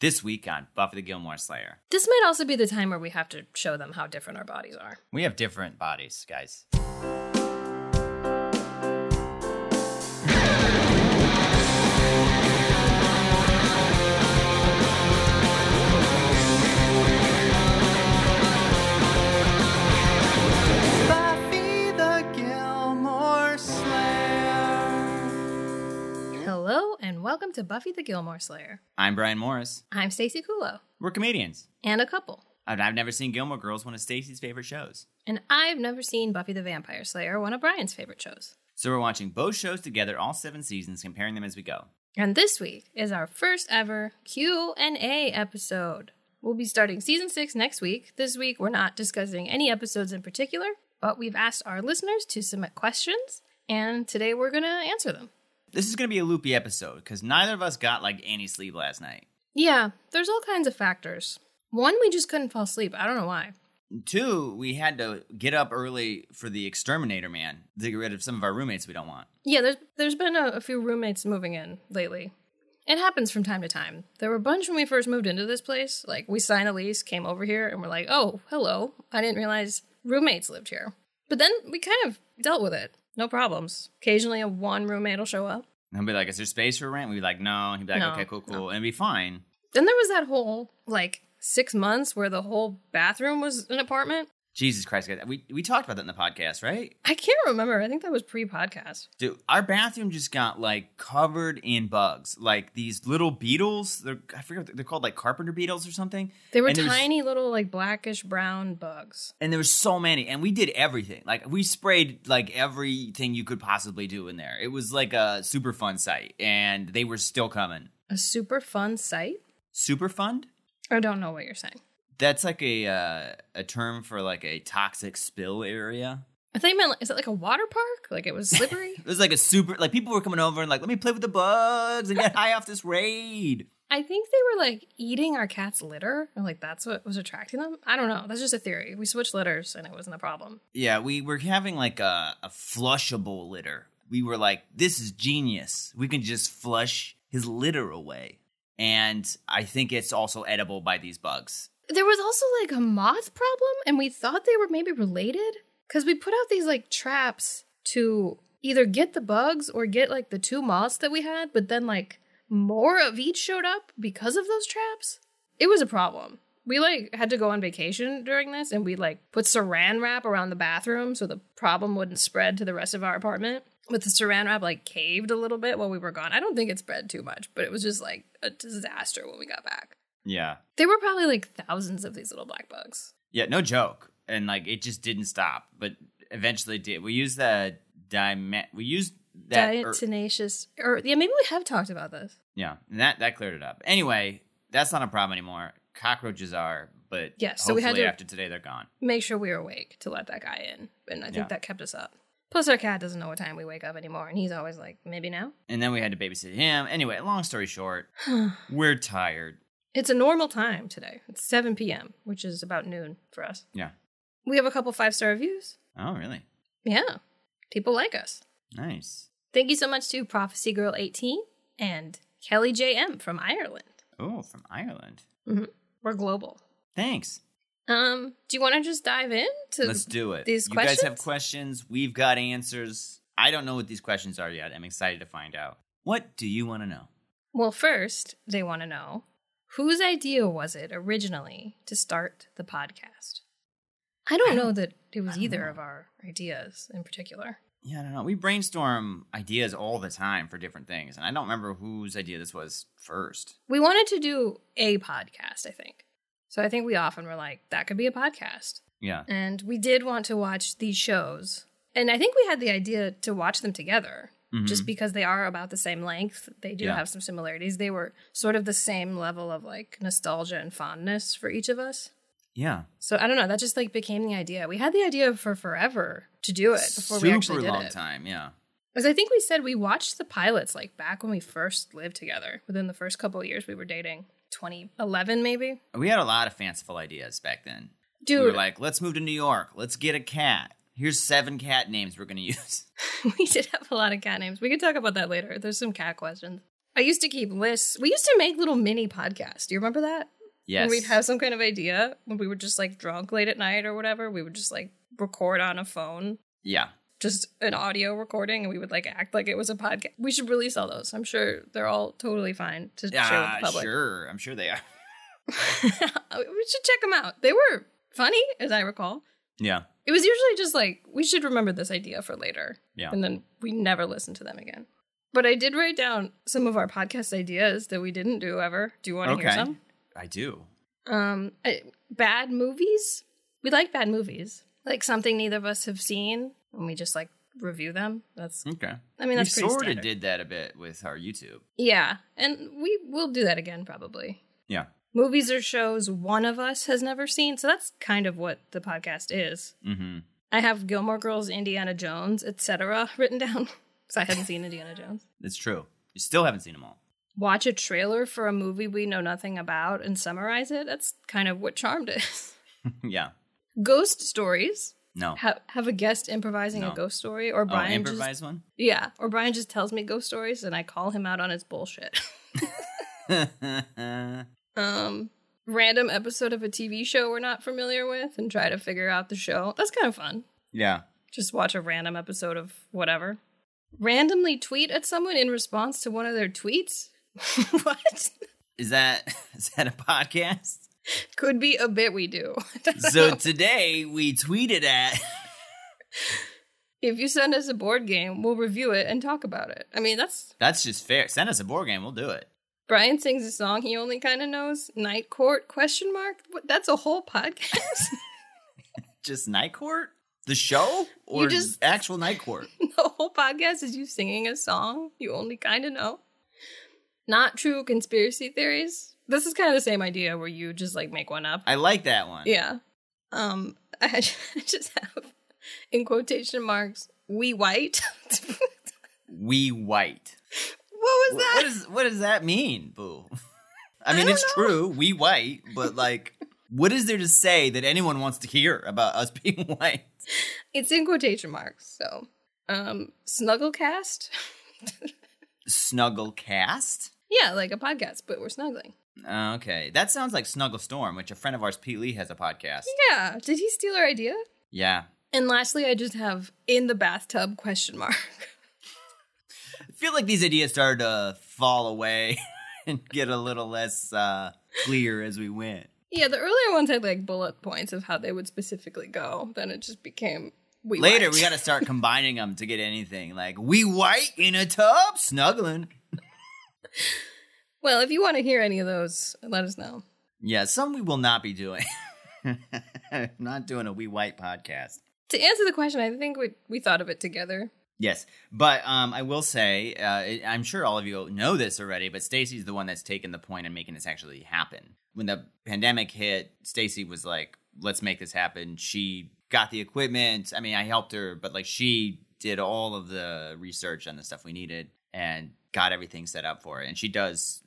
This week on Buffy the Gilmore Slayer, This might also be the time where we have to show them how different our bodies are. we have different bodies, guys. Buffy the Gilmore Slayer. Hello and welcome to Buffy the Gilmore Slayer. I'm Brian Morris. I'm Stacey Kulo We're comedians. and a couple. And I've never seen Gilmore Girls, one of Stacey's favorite shows. And I've never seen Buffy the Vampire Slayer, one of Brian's favorite shows. So we're watching both shows together, all seven seasons, comparing them as we go. And this week is our first ever Q&A episode. We'll be starting season 6 next week. This week we're not discussing any episodes in particular, but we've asked our listeners to submit questions and today we're going to answer them. This is going to be a loopy episode because neither of us got like any sleep last night. Yeah, there's all kinds of factors. One, we just couldn't fall asleep. I don't know why. Two, we had to get up early for the exterminator man to get rid of some of our roommates we don't want. Yeah, there's there's been a, a few roommates moving in lately. It happens from time to time. There were a bunch when we first moved into this place. Like we signed a lease, came over here, and we're like, "Oh, hello! I didn't realize roommates lived here." But then we kind of dealt with it. No problems. Occasionally, a one roommate will show up. And he'll be like, Is there space for rent? We'd be like, No. And he'd be like, No, Okay, cool, cool. And it'd be fine. Then there was that whole like six months where the whole bathroom was an apartment. Jesus Christ, guys. We, we talked about that in the podcast, right? I can't remember. I think that was pre-podcast. Dude, our bathroom just got like covered in bugs. Like these little beetles. They're, I forget what they're- they're called, like carpenter beetles or something. They were And there was- tiny little like blackish brown bugs. and there were so many and we did everything like we sprayed like everything you could possibly do in there it was like a super fun site and they were still coming A super fun site. super fund I don't know what you're saying. that's like a uh, a term for like a toxic spill area I thought you meant, like- is it like a water park? Like it was slippery? it was like a super like people were coming over and like let me play with the bugs and get high off this raid I think they were like eating our cat's litter. And like that's what was attracting them. I don't know. That's just a theory. We switched litters and it wasn't a problem. yeah we were having like a, a flushable litter we were like this is genius we can just flush his litter away and i think it's also edible by these bugs There was also like a moth problem and we thought they were maybe related because we put out these like traps to either get the bugs or get like the two moths that we had, but then like more of each showed up because of those traps. It was a problem. We like had to go on vacation during this and we like put saran wrap around the bathroom so the problem wouldn't spread to the rest of our apartment. But the saran wrap like caved a little bit while we were gone. I don't think it spread too much, but it was just like a disaster when we got back. Yeah. There were probably like thousands of these little black bugs. Yeah, no joke. And like it just didn't stop, but eventually it did. We used the dime we used that Diet er- tenacious, or yeah, maybe we have talked about this. Yeah. And that that cleared it up. Anyway, that's not a problem anymore. Cockroaches are, but Yes, hopefully so we had to- after today they're gone. Make sure we're awake to let that guy in, and I think Yeah. that kept us up. Plus, our cat doesn't know what time we wake up anymore, and he's always like, maybe now. And then we had to babysit him. Anyway, long story short, we're tired. It's a normal time today. It's 7 p.m., which is about noon for us. Yeah. We have a couple five star reviews. Oh, really? Yeah. People like us. Nice. Thank you so much to Prophecy Girl 18 and Kelly JM from Ireland. Mm-hmm. Oh, from Ireland. We're global. Thanks. Um, do you want to just dive into Let's do it. these you questions? guys have questions. We've got answers. I don't know what these questions are yet. I'm excited to find out. What do you want to know? Well, first, they want to know whose idea was it originally to start the podcast? I don't know that it was either of our ideas in particular. Yeah, I don't know. We brainstorm ideas all the time for different things, and I don't remember whose idea this was first. We wanted to do a podcast, I think. So I think we often were like, that could be a podcast. Yeah. And we did want to watch these shows. And I think we had the idea to watch them together Mm-hmm. just because they are about the same length. They do Yeah. have some similarities. They were sort of the same level of like nostalgia and fondness for each of us. Yeah. So I don't know. That just like became the idea. We had the idea for forever to do it before we actually did long it. time. Yeah. Because I think we said we watched the pilots like back when we first lived together. Within the first couple of years we were dating, 2011 maybe. We had a lot of fanciful ideas back then. Dude, We were like, let's move to New York. Let's get a cat. Here's seven cat names we're going to use. we did have a lot of cat names. We could talk about that later. There's some cat questions. I used to keep lists. We used to make little mini podcasts. Do you remember that? Yes. When we'd have some kind of idea when we were just like drunk late at night or whatever, we would just like record on a phone, yeah. just an audio recording, and we would like act like it was a podcast. We should release all those. I'm sure they're all totally fine to share with Yeah, the public. Ah, sure. I'm sure they are. we should check them out. They were funny, as I recall. Yeah. It was usually just like, we should remember this idea for later. Yeah. And then we never listened to them again. But I did write down some of our podcast ideas that we didn't do ever. Do you want to hear Okay. some? I do. Um, I, bad movies. We like bad movies, like something neither of us have seen, and we just like review them. That's, Okay. I mean, that's we pretty sort standard. of did that a bit with our YouTube. Yeah, and we will do that again probably. Yeah. movies or shows one of us has never seen. So that's kind of what the podcast is. Mm-hmm. I have Gilmore Girls, Indiana Jones, etc. written down because I hadn't seen Indiana Jones. It's true. You still haven't seen them all. Watch a trailer for a movie we know nothing about and summarize it. That's kind of what Charmed is. yeah. ghost stories. No. Have, have a guest improvising a No. ghost story, or oh, Brian improvise just one. yeah, or Brian just tells me ghost stories and I call him out on his bullshit. um, random episode of a TV show we're not familiar with and try to figure out the show. That's kind of fun. yeah. Just watch a random episode of whatever. Randomly tweet at someone in response to one of their tweets. what? Is that is that a podcast? Could be a bit we do. so today we tweeted at if you send us a board game, we'll review it and talk about it. I mean, that's That's just fair. Send us a board game, we'll do it. Brian sings a song he only kind of knows. Night Court question mark. What, that's a whole podcast. Just Night Court? The show? Or just- actual Night Court? the whole podcast is you singing a song you only kind of know. Not true conspiracy theories. This is kind of the same idea where you just like make one up. I like that one. Yeah. Um, I just have in quotation marks, we white. what We white. was Wh- What that? is what does that mean, Boo? I mean, don't it's know. true. We white, but like, what is there to say that anyone wants to hear about us being white? It's in quotation marks. So, um, snugglecast. Snuggle cast. yeah, like a podcast, but we're snuggling. Okay, that sounds like Snuggle Storm, which a friend of ours, Pete Lee, has a podcast. Yeah. Did he steal our idea? Yeah, And lastly, I just have in the bathtub question mark. I feel like these ideas started to fall away and get a little less uh, clear as we went. Yeah, the earlier ones had like bullet points of how they would specifically go. Then it just became we Later, white. we got to start combining them to get anything. Like, we white in a tub snuggling. Well, if you want to hear any of those, let us know. Yeah, some we will not be doing. not doing a we white podcast. To answer the question, I think we we thought of it together. Yes, but um, I will say, uh, I- I'm sure all of you know this already, but Stacy's the one that's taken the point and making this actually happen. When the pandemic hit, Stacy was like, "Let's make this happen." She got the equipment. I mean, I helped her, but like she did all of the research on the stuff we needed and got everything set up for it. And she does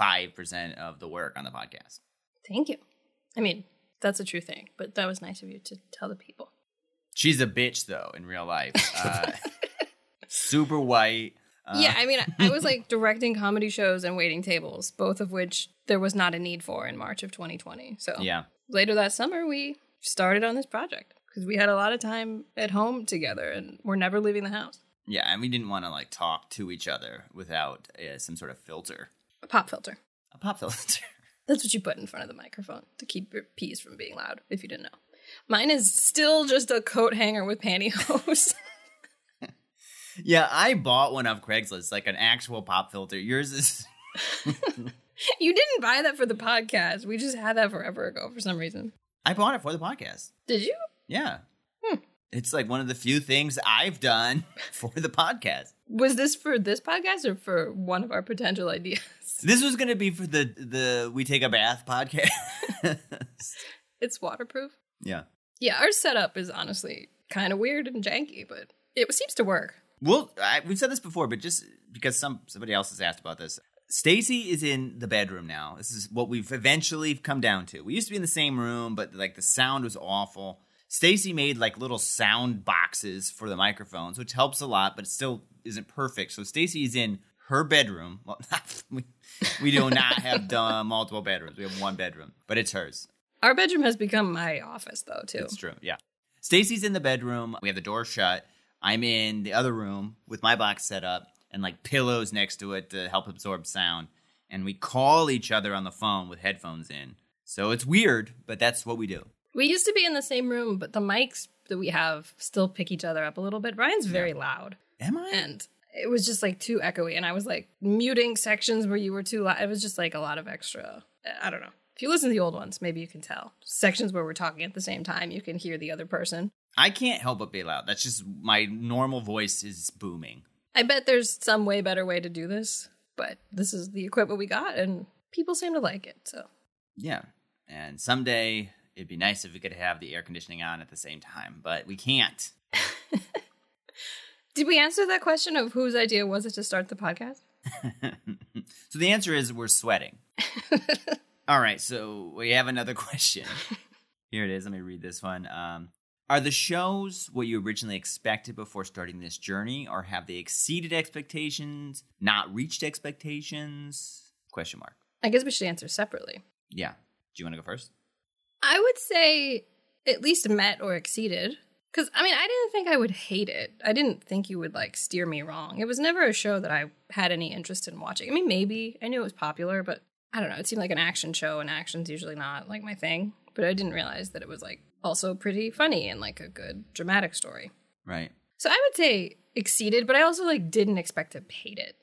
95% of the work on the podcast. Thank you. I mean, that's a true thing, but that was nice of you to tell the people. She's a bitch though in real life. Uh, super white. Uh, yeah, I mean, I, I was like directing comedy shows and waiting tables, both of which there was not a need for in March of 2020. So Yeah. later that summer, we started on this project because we had a lot of time at home together and we're never leaving the house. Yeah, and we didn't want to like talk to each other without uh, some sort of filter, A pop filter. a pop filter. That's what you put in front of the microphone to keep your peas from being loud, if you didn't know. Mine is still just a coat hanger with pantyhose. yeah, I bought one of Craigslist, like an actual pop filter. Yours is you didn't buy that for the podcast. We just had that forever ago for some reason. I bought it for the podcast. Did you? Yeah. Hmm. It's like one of the few things I've done for the podcast. Was this for this podcast or for one of our potential ideas? This was going to be for the the We Take a Bath podcast. It's waterproof. yeah. Yeah, our setup is honestly kind of weird and janky, but it seems to work. Well, I, we've said this before, but just because some somebody else has asked about this, Stacy is in the bedroom now. This is what we've eventually come down to. We used to be in the same room, but like the sound was awful. Stacy made like little sound boxes for the microphones, which helps a lot, but it still isn't perfect. So Stacy is in her bedroom. Well, we, we do not have uh, multiple bedrooms. We have one bedroom, but it's hers. Our bedroom has become my office, though, too. It's true. Yeah. Stacy's in the bedroom. We have the door shut. I'm in the other room with my box set up and like pillows next to it to help absorb sound. And we call each other on the phone with headphones in. So it's weird, but that's what we do. We used to be in the same room, but the mics that we have still pick each other up a little bit. Ryan's very loud, Am I? and it was just like too echoey. And I was like muting sections where you were too loud. It was just like a lot of extra. I don't know. If you listen to the old ones, maybe you can tell. Sections where we're talking at the same time, you can hear the other person. I can't help but be loud. That's just my normal voice is booming. I bet there's some way better way to do this, but this is the equipment we got, and people seem to like it. So Yeah. And someday it'd be nice if we could have the air conditioning on at the same time, but we can't. Did we answer that question of whose idea was it to start the podcast? So the answer is we're sweating. All right, so we have another question. Here it is. Let me read this one. Um, are the shows what you originally expected before starting this journey, or have they exceeded expectations, not reached expectations? Question mark. I guess we should answer separately. Yeah. Do you want to go first? I would say at least met or exceeded. Because, I mean, I didn't think I would hate it. I didn't think you would, like, steer me wrong. It was never a show that I had any interest in watching. I mean, maybe. I knew it was popular, but I don't know. It seemed like an action show, and action's usually not, like, my thing. But I didn't realize that it was, like, also pretty funny and, like, a good dramatic story. Right. So I would say exceeded, but I also, like, didn't expect to hate it.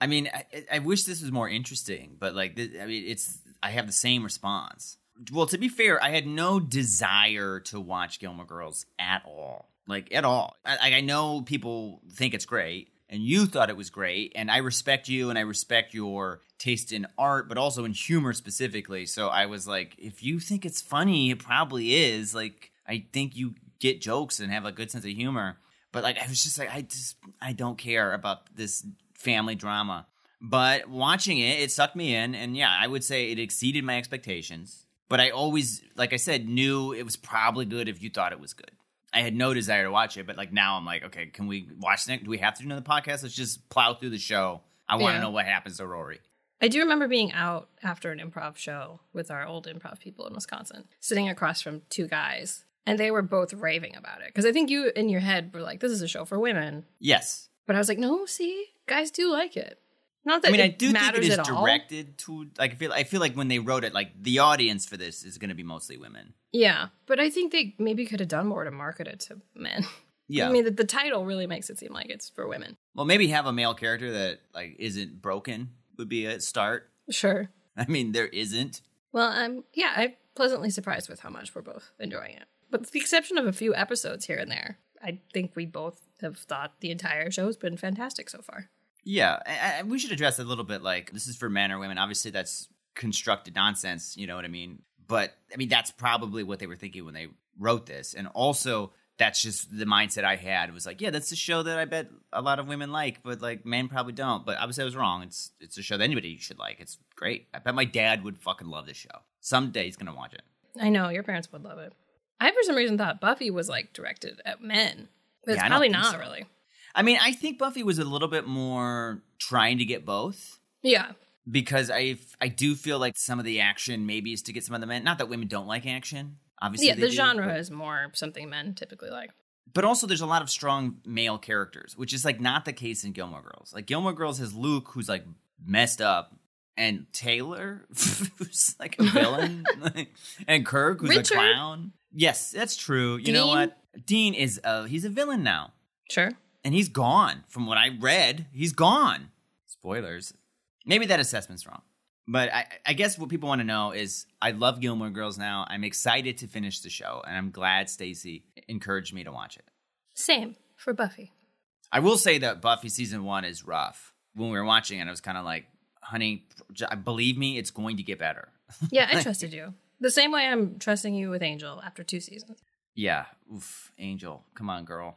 I mean, I, I wish this was more interesting, but like, th- I mean, it's I have the same response. Well, to be fair, I had no desire to watch Gilmore Girls at all, like at all. I, I know people think it's great, and you thought it was great, and I respect you, and I respect your taste in art, but also in humor specifically. So I was like, if you think it's funny, it probably is. Like, I think you get jokes and have a good sense of humor but like I was just like I just I don't care about this family drama. But watching it, it sucked me in, and yeah, I would say it exceeded my expectations. But I always, like I said, knew it was probably good if you thought it was good. I had no desire to watch it, but like now I'm like, okay, can we watch next? Do we have to do another podcast? Let's just plow through the show. I want to Yeah. know what happens to Rory. I do remember being out after an improv show with our old improv people in Wisconsin, sitting across from two guys, and they were both raving about it. Because I think you, in your head, were like, this is a show for women. Yes, But I was like, no, see, guys do like it. Not that I mean it I do think it matters is at all. directed to like I feel I feel like when they wrote it, like the audience for this is going to be mostly women. Yeah, but I think they maybe could have done more to market it to men. Yeah, I mean, the, the title really makes it seem like it's for women. Well, maybe have a male character that like isn't broken would be a start. Sure. I mean, there isn't. Well, I'm yeah, I'm pleasantly surprised with how much we're both enjoying it. But with the exception of a few episodes here and there, I think we both have thought the entire show's been fantastic so far. Yeah, I, I, we should address it a little bit. Like, this is for men or women. Obviously, that's constructed nonsense. You know what I mean? But I mean, that's probably what they were thinking when they wrote this. And also, that's just the mindset I had. It was like, yeah, that's a show that I bet a lot of women like, but like men probably don't. But obviously, I was wrong. It's it's a show that anybody should like. It's great. I bet my dad would fucking love this show. Someday he's gonna watch it. I know your parents would love it. I for some reason thought Buffy was like directed at men, but Yeah, it's I don't probably think not so. really. I mean, I think Buffy was a little bit more trying to get both. Yeah, because I I do feel like some of the action maybe is to get some of the men. Not that women don't like action, obviously. yeah. they The do, genre but, is more something men typically like. but also there's a lot of strong male characters, which is like not the case in Gilmore Girls. Like Gilmore Girls has Luke, who's like messed up, and Taylor, who's like a villain, like, and Kirk, who's a Richard? clown. Yes, that's true. You know Dean? what? Dean is uh he's a villain now, Sure. and he's gone. From what I read, he's gone. Spoilers. Maybe that assessment's wrong. But I, I guess what people want to know is I love Gilmore Girls now. I'm excited to finish the show, and I'm glad Stacy encouraged me to watch it. Same for Buffy. I will say that Buffy season one is rough. When we were watching it, I was kind of like, honey, j- believe me, it's going to get better. Yeah, I trusted you the same way I'm trusting you with Angel after two seasons. yeah. Oof, Angel. Come on, girl.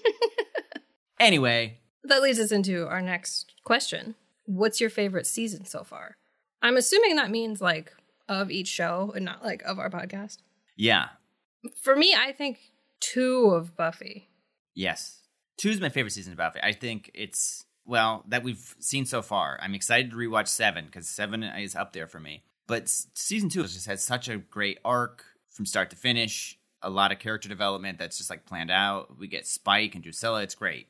anyway, That leads us into our next question. What's your favorite season so far? I'm assuming that means like of each show and not like of our podcast. yeah. For me, I think two of Buffy. Yes. Two's my favorite season of Buffy. I think it's well that we've seen so far. I'm excited to rewatch seven because seven is up there for me. But s- season two has just had such a great arc from start to finish. A lot of character development that's just like planned out. We get Spike and Drusilla. It's great,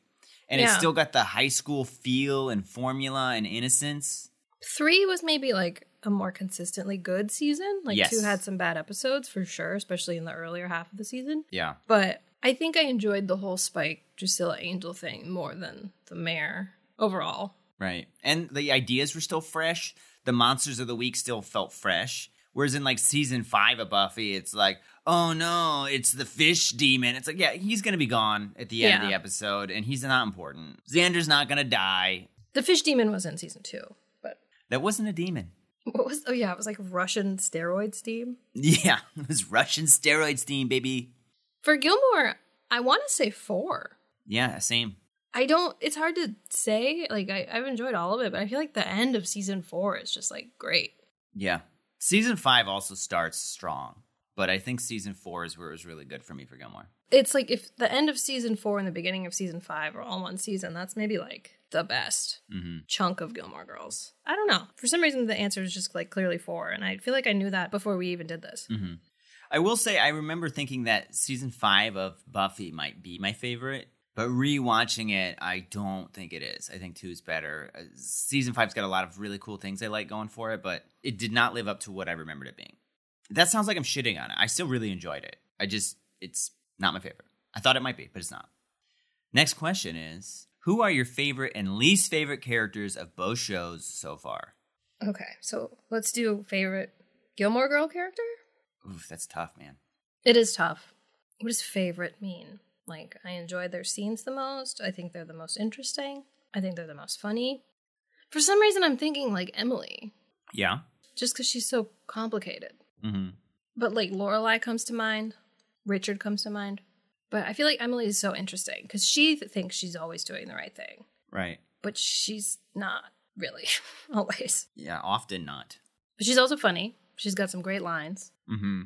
and it's Yeah. still got the high school feel and formula and innocence. Three was maybe like a more consistently good season. Like Yes. two had some bad episodes for sure, especially in the earlier half of the season. Yeah, But I think I enjoyed the whole Spike Drusilla Angel thing more than the mayor overall. Right. And the ideas were still fresh. The monsters of the week still felt fresh. Whereas in like season five of Buffy, it's like, oh no, it's the fish demon. It's like, yeah, he's going to be gone at the end of Yeah. the episode and he's not important. Xander's not going to die. The fish demon was in season two, but That wasn't a demon. what was? Oh yeah, it was like Russian steroid steam. Yeah, it was Russian steroid steam, baby. For Gilmore, I want to say four. Yeah, same. I don't. It's hard to say. Like I, I've enjoyed all of it, but I feel like the end of season four is just like great. Yeah. Season five also starts strong, but I think season four is where it was really good for me for Gilmore. It's like if the end of season four and the beginning of season five are all in one season, that's maybe like the best hmm chunk of Gilmore Girls. I don't know. For some reason, the answer is just like clearly four, and I feel like I knew that before we even did this. hmm I will say I remember thinking that season five of Buffy might be my favorite, but rewatching it, I don't think it is. I think two is better. Uh, season five's got a lot of really cool things I like going for it, but it did not live up to what I remembered it being. That sounds like I'm shitting on it. I still really enjoyed it. I just it's not my favorite. I thought it might be, but it's not. Next question is. Who are your favorite and least favorite characters of both shows so far? Okay, so let's do favorite Gilmore Girl character. Oof, that's tough, man. It is tough. What does favorite mean? Like, I enjoy their scenes the most. I think they're the most interesting. I think they're the most funny. For some reason, I'm thinking like Emily, Yeah. just because she's so complicated. Mm-hmm. But like Lorelai comes to mind, Richard comes to mind. But I feel like Emily is so interesting because she th- thinks she's always doing the right thing, Right. but she's not really always. Yeah, often not. But she's also funny. She's got some great lines. hmm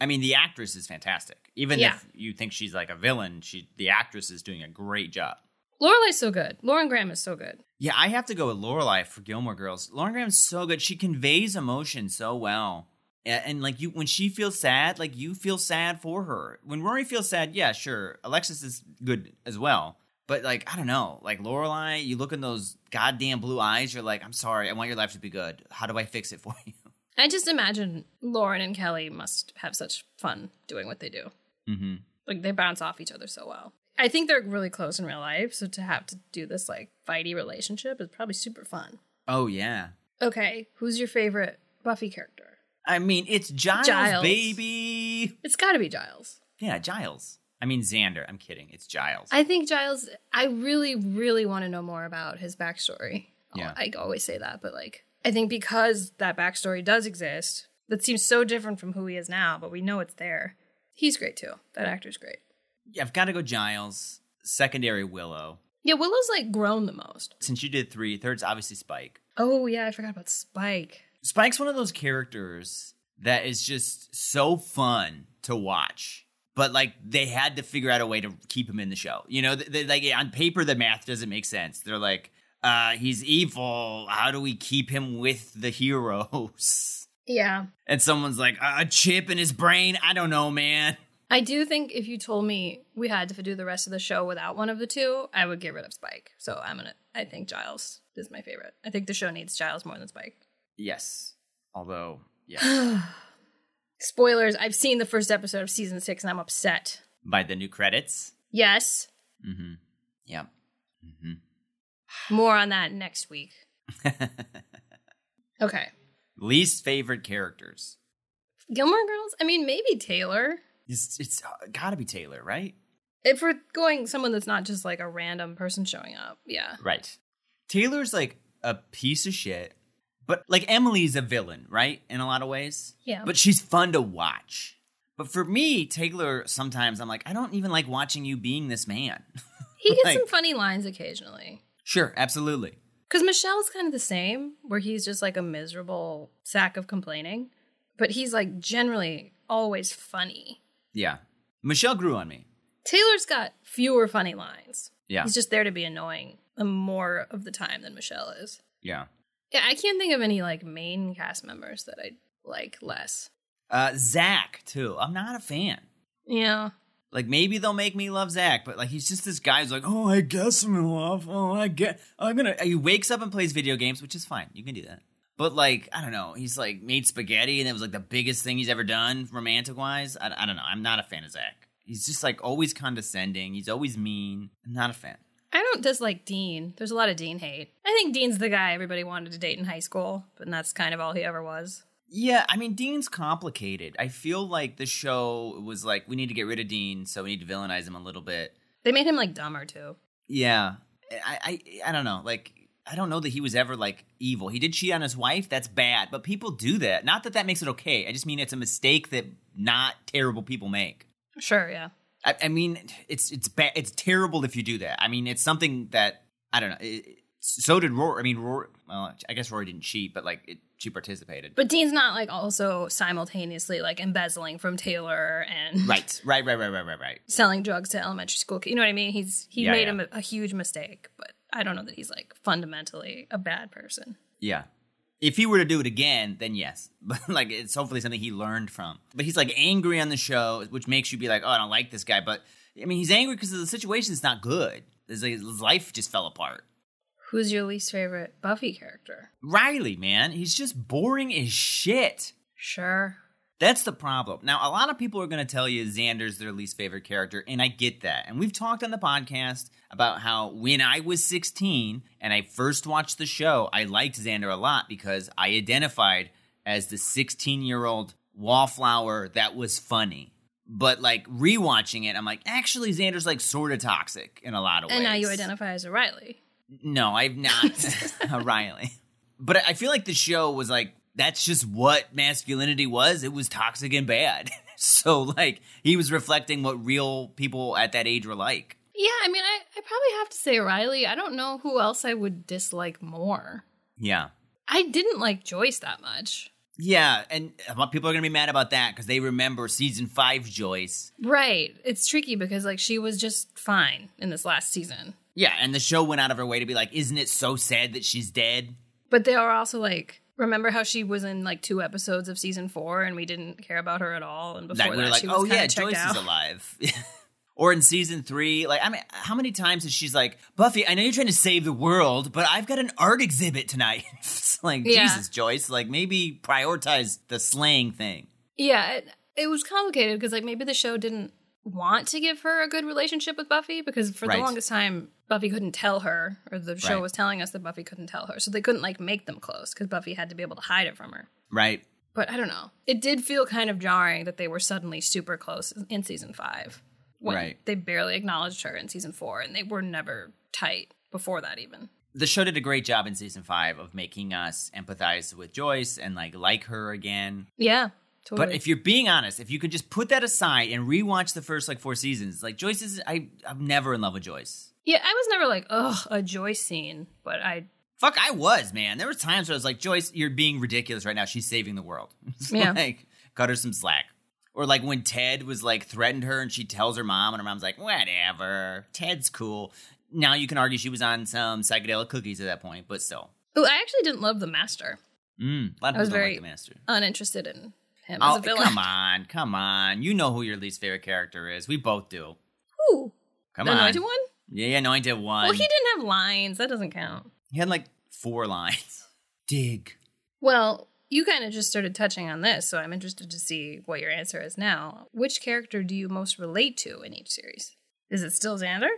I mean, the actress is fantastic. Even Yeah. if you think she's like a villain, she the actress is doing a great job. Lorelai's so good. Lauren Graham is so good. Yeah, I have to go with Lorelai for Gilmore Girls. Lauren Graham's so good; she conveys emotion so well. And, and like you, when she feels sad, like you feel sad for her. When Rory feels sad, yeah, sure, Alexis is good as well. But like, I don't know, like Lorelai, you look in those goddamn blue eyes, you're like, I'm sorry, I want your life to be good. How do I fix it for you? I just imagine Lauren and Kelly must have such fun doing what they do. Mm-hmm. Like they bounce off each other so well. I think they're really close in real life, so to have to do this like fighty relationship is probably super fun. Oh yeah, Okay, who's your favorite Buffy character? I mean, it's Giles. Giles. baby. It's got to be Giles. Yeah, Giles. I mean Xander. I'm kidding. It's Giles. I think Giles. I really, really want to know more about his backstory. Yeah. I always say that, but like, I think because that backstory does exist, that seems so different from who he is now. But we know it's there. He's great too. That actor's great. yeah, I've got to go Giles. Secondary Willow. Yeah, Willow's like grown the most. Since you did three, third's obviously Spike. Oh yeah, I forgot about Spike. Spike's one of those characters that is just so fun to watch. But like they had to figure out a way to keep him in the show. You know, th they, like on paper the math doesn't make sense. They're like, uh, he's evil. How do we keep him with the heroes? Yeah. And someone's like, a a chip in his brain. I don't know, man. I do think if you told me we had to do the rest of the show without one of the two, I would get rid of Spike. So I'm gonna I think Giles is my favorite. I think the show needs Giles more than Spike. Yes. Although, yeah. Spoilers, I've seen the first episode of season six and I'm upset. by the new credits. Yes. Mm-hmm. Yeah. More on that next week. Okay. Least favorite characters. Gilmore Girls? I mean, maybe Taylor. It's, it's uh, gotta be Taylor, right? If we're going someone that's not just like a random person showing up. Yeah. Right. Taylor's like a piece of shit, but like Emily's a villain, right? In a lot of ways. Yeah. But she's fun to watch. But for me, Taylor, sometimes I'm like, I don't even like watching you being this man. He gets Like- some funny lines occasionally. sure, absolutely. Because Michelle's kind of the same, where he's just like a miserable sack of complaining, but he's like generally always funny. Yeah. Michelle grew on me. Taylor's got fewer funny lines. Yeah. He's just there to be annoying more of the time than Michelle is. Yeah. Yeah, I can't think of any like main cast members that I like less. Uh, Zach too. I'm not a fan. Yeah. Like maybe they'll make me love Zach, but like he's just this guy who's like, oh, I guess I'm in love. Oh, I get. I'm gonna. He wakes up and plays video games, which is fine. You can do that. But like, I don't know. He's like made spaghetti, and it was like the biggest thing he's ever done romantic wise. I, I don't know. I'm not a fan of Zach. He's just like always condescending. He's always mean. I'm not a fan. I don't dislike Dean. There's a lot of Dean hate. I think Dean's the guy everybody wanted to date in high school, but that's kind of all he ever was. Yeah, I mean Dean's complicated. I feel like the show was like we need to get rid of Dean, so we need to villainize him a little bit. They made him like dumber too. Yeah, I I, I don't know. Like I don't know that he was ever like evil. He did cheat on his wife. That's bad, but people do that. Not that that makes it okay. I just mean it's a mistake that not terrible people make. Sure, yeah. I, I mean it's it's bad. It's terrible if you do that. I mean it's something that I don't know. It- it- so did Rory. I mean Rory. Well, I guess Rory didn't cheat, but like it, she participated. But Dean's not like also simultaneously like embezzling from Taylor and Right, right, right, right, right, right, right. selling drugs to elementary school. ki- You know what I mean? He's he Yeah, made yeah. him a, a huge mistake, but I don't know that he's like fundamentally a bad person. Yeah. If he were to do it again, then yes. But like it's hopefully something he learned from. But he's like angry on the show, which makes you be like, "Oh, I don't like this guy." But I mean, he's angry because the situation's not good. It's like his life just fell apart. Who's your least favorite Buffy character? Riley, man, he's just boring as shit. Sure. That's the problem. Now, a lot of people are going to tell you Xander's their least favorite character, and I get that. And we've talked on the podcast about how when I was 16 and I first watched the show, I liked Xander a lot because I identified as the 16 year old wallflower that was funny. But like rewatching it, I'm like, actually, Xander's like sort of toxic in a lot of ways. And now you identify as O'Reilly. No, I've not. Riley. But I feel like the show was like, that's just what masculinity was. It was toxic and bad. so, like, he was reflecting what real people at that age were like. Yeah, I mean, I, I probably have to say Riley. I don't know who else I would dislike more. Yeah. I didn't like Joyce that much. Yeah. And uh, people are going to be mad about that because they remember season five Joyce. Right. It's tricky because like she was just fine in this last season. Yeah. And the show went out of her way to be like, isn't it so sad that she's dead? But they are also like remember how she was in like two episodes of season four and we didn't care about her at all and before Like, we're that like, she was oh kinda yeah, checked Joyce out. is alive. or in season three, like I mean, how many times is she's like, Buffy? I know you're trying to save the world, but I've got an art exhibit tonight. it's like Yeah. Jesus, Joyce. Like maybe prioritize the slaying thing. Yeah, it, it was complicated because like maybe the show didn't want to give her a good relationship with Buffy because for Right. the longest time Buffy couldn't tell her, or the show Right. was telling us that Buffy couldn't tell her, so they couldn't like make them close because Buffy had to be able to hide it from her. Right. But I don't know. It did feel kind of jarring that they were suddenly super close in season five when Right. they barely acknowledged her in season four, and they were never tight before that even. The show did a great job in season five of making us empathize with Joyce and like like her again. Yeah, totally. But if you're being honest, if you could just put that aside and rewatch the first like four seasons, like Joyce is, I I'm never in love with Joyce. yeah, I was never like, ugh, a Joyce scene, but I Fuck, I was, man. There were times where I was like, Joyce, you're being ridiculous right now. She's saving the world. It's Yeah. Like, cut her some slack. Or like when Ted was like threatened her and she tells her mom, and her mom's like, whatever. Ted's cool. Now you can argue she was on some psychedelic cookies at that point, but still. oh, I actually didn't love the master. Mm, a lot I of was people don't very like the master. uninterested in him as Oh, a villain. come on, come on. You know who your least favorite character is. We both do. Who? Come the on. anointed one? Yeah, yeah, anointed one. Well, he didn't have lines. That doesn't count. he had like four lines. Dig. Well, you kind of just started touching on this, so I'm interested to see what your answer is now. Which character do you most relate to in each series? Is it still Xander?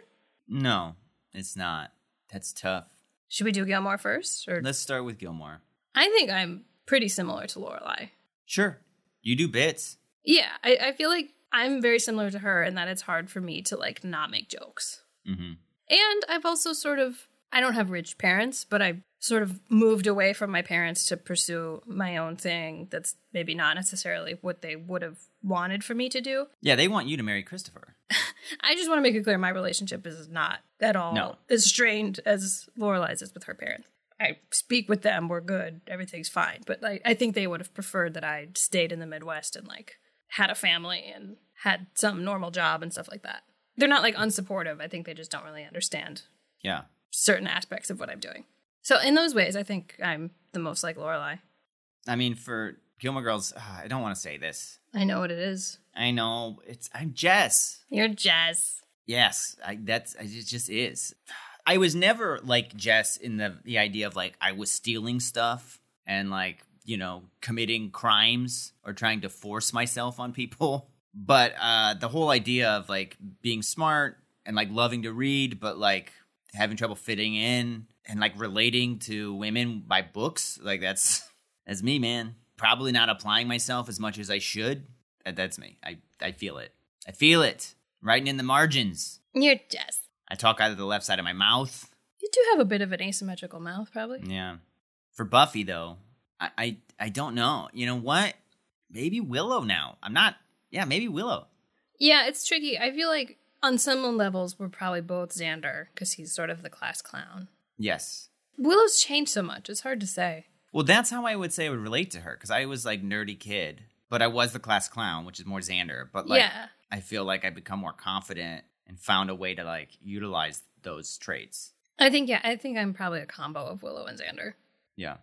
No, it's not. That's tough. Should we do Gilmore first? Or Let's start with Gilmore. I think I'm pretty similar to Lorelai. Sure. You do bits. Yeah, I, I feel like I'm very similar to her in that it's hard for me to like not make jokes. Mm-hmm. And I've also sort of, I don't have rich parents, but I sort of moved away from my parents to pursue my own thing that's maybe not necessarily what they would have wanted for me to do. Yeah, they want you to marry Christopher. I just want to make it clear my relationship is not at all No. as strained as Lorelai's is with her parents. I speak with them, we're good, everything's fine. But like I think they would have preferred that I stayed in the Midwest and like had a family and had some normal job and stuff like that. They're not like unsupportive. I think they just don't really understand Yeah. certain aspects of what I'm doing. So in those ways, I think I'm the most like Lorelai. I mean, for Gilmore Girls, ah, I don't want to say this. I know what it is. I know it's I'm Jess. You're Jazz. Yes, I, that's I- it. Just is. I was never like Jess in the the idea of like I was stealing stuff and like you know committing crimes or trying to force myself on people. But uh, the whole idea of like being smart and like loving to read, but like having trouble fitting in and like relating to women by books, like that's that's me, man. Probably not applying myself as much as I should. That, that's me. I I feel it. I feel it. Writing in the margins. You're Jazz. I talk out of the left side of my mouth. You do have a bit of an asymmetrical mouth, probably. Yeah. For Buffy though, I I, I don't know. You know what? Maybe Willow now. I'm not. Yeah, maybe Willow. Yeah, it's tricky. I feel like on some levels we're probably both Xander because he's sort of the class clown. Yes. Willow's changed so much; it's hard to say. Well, that's how I would say I would relate to her because I was like nerdy kid, but I was the class clown, which is more Xander. But like, yeah, I feel like I become more confident and found a way to like utilize those traits. I think yeah, I think I'm probably a combo of Willow and Xander. Yeah.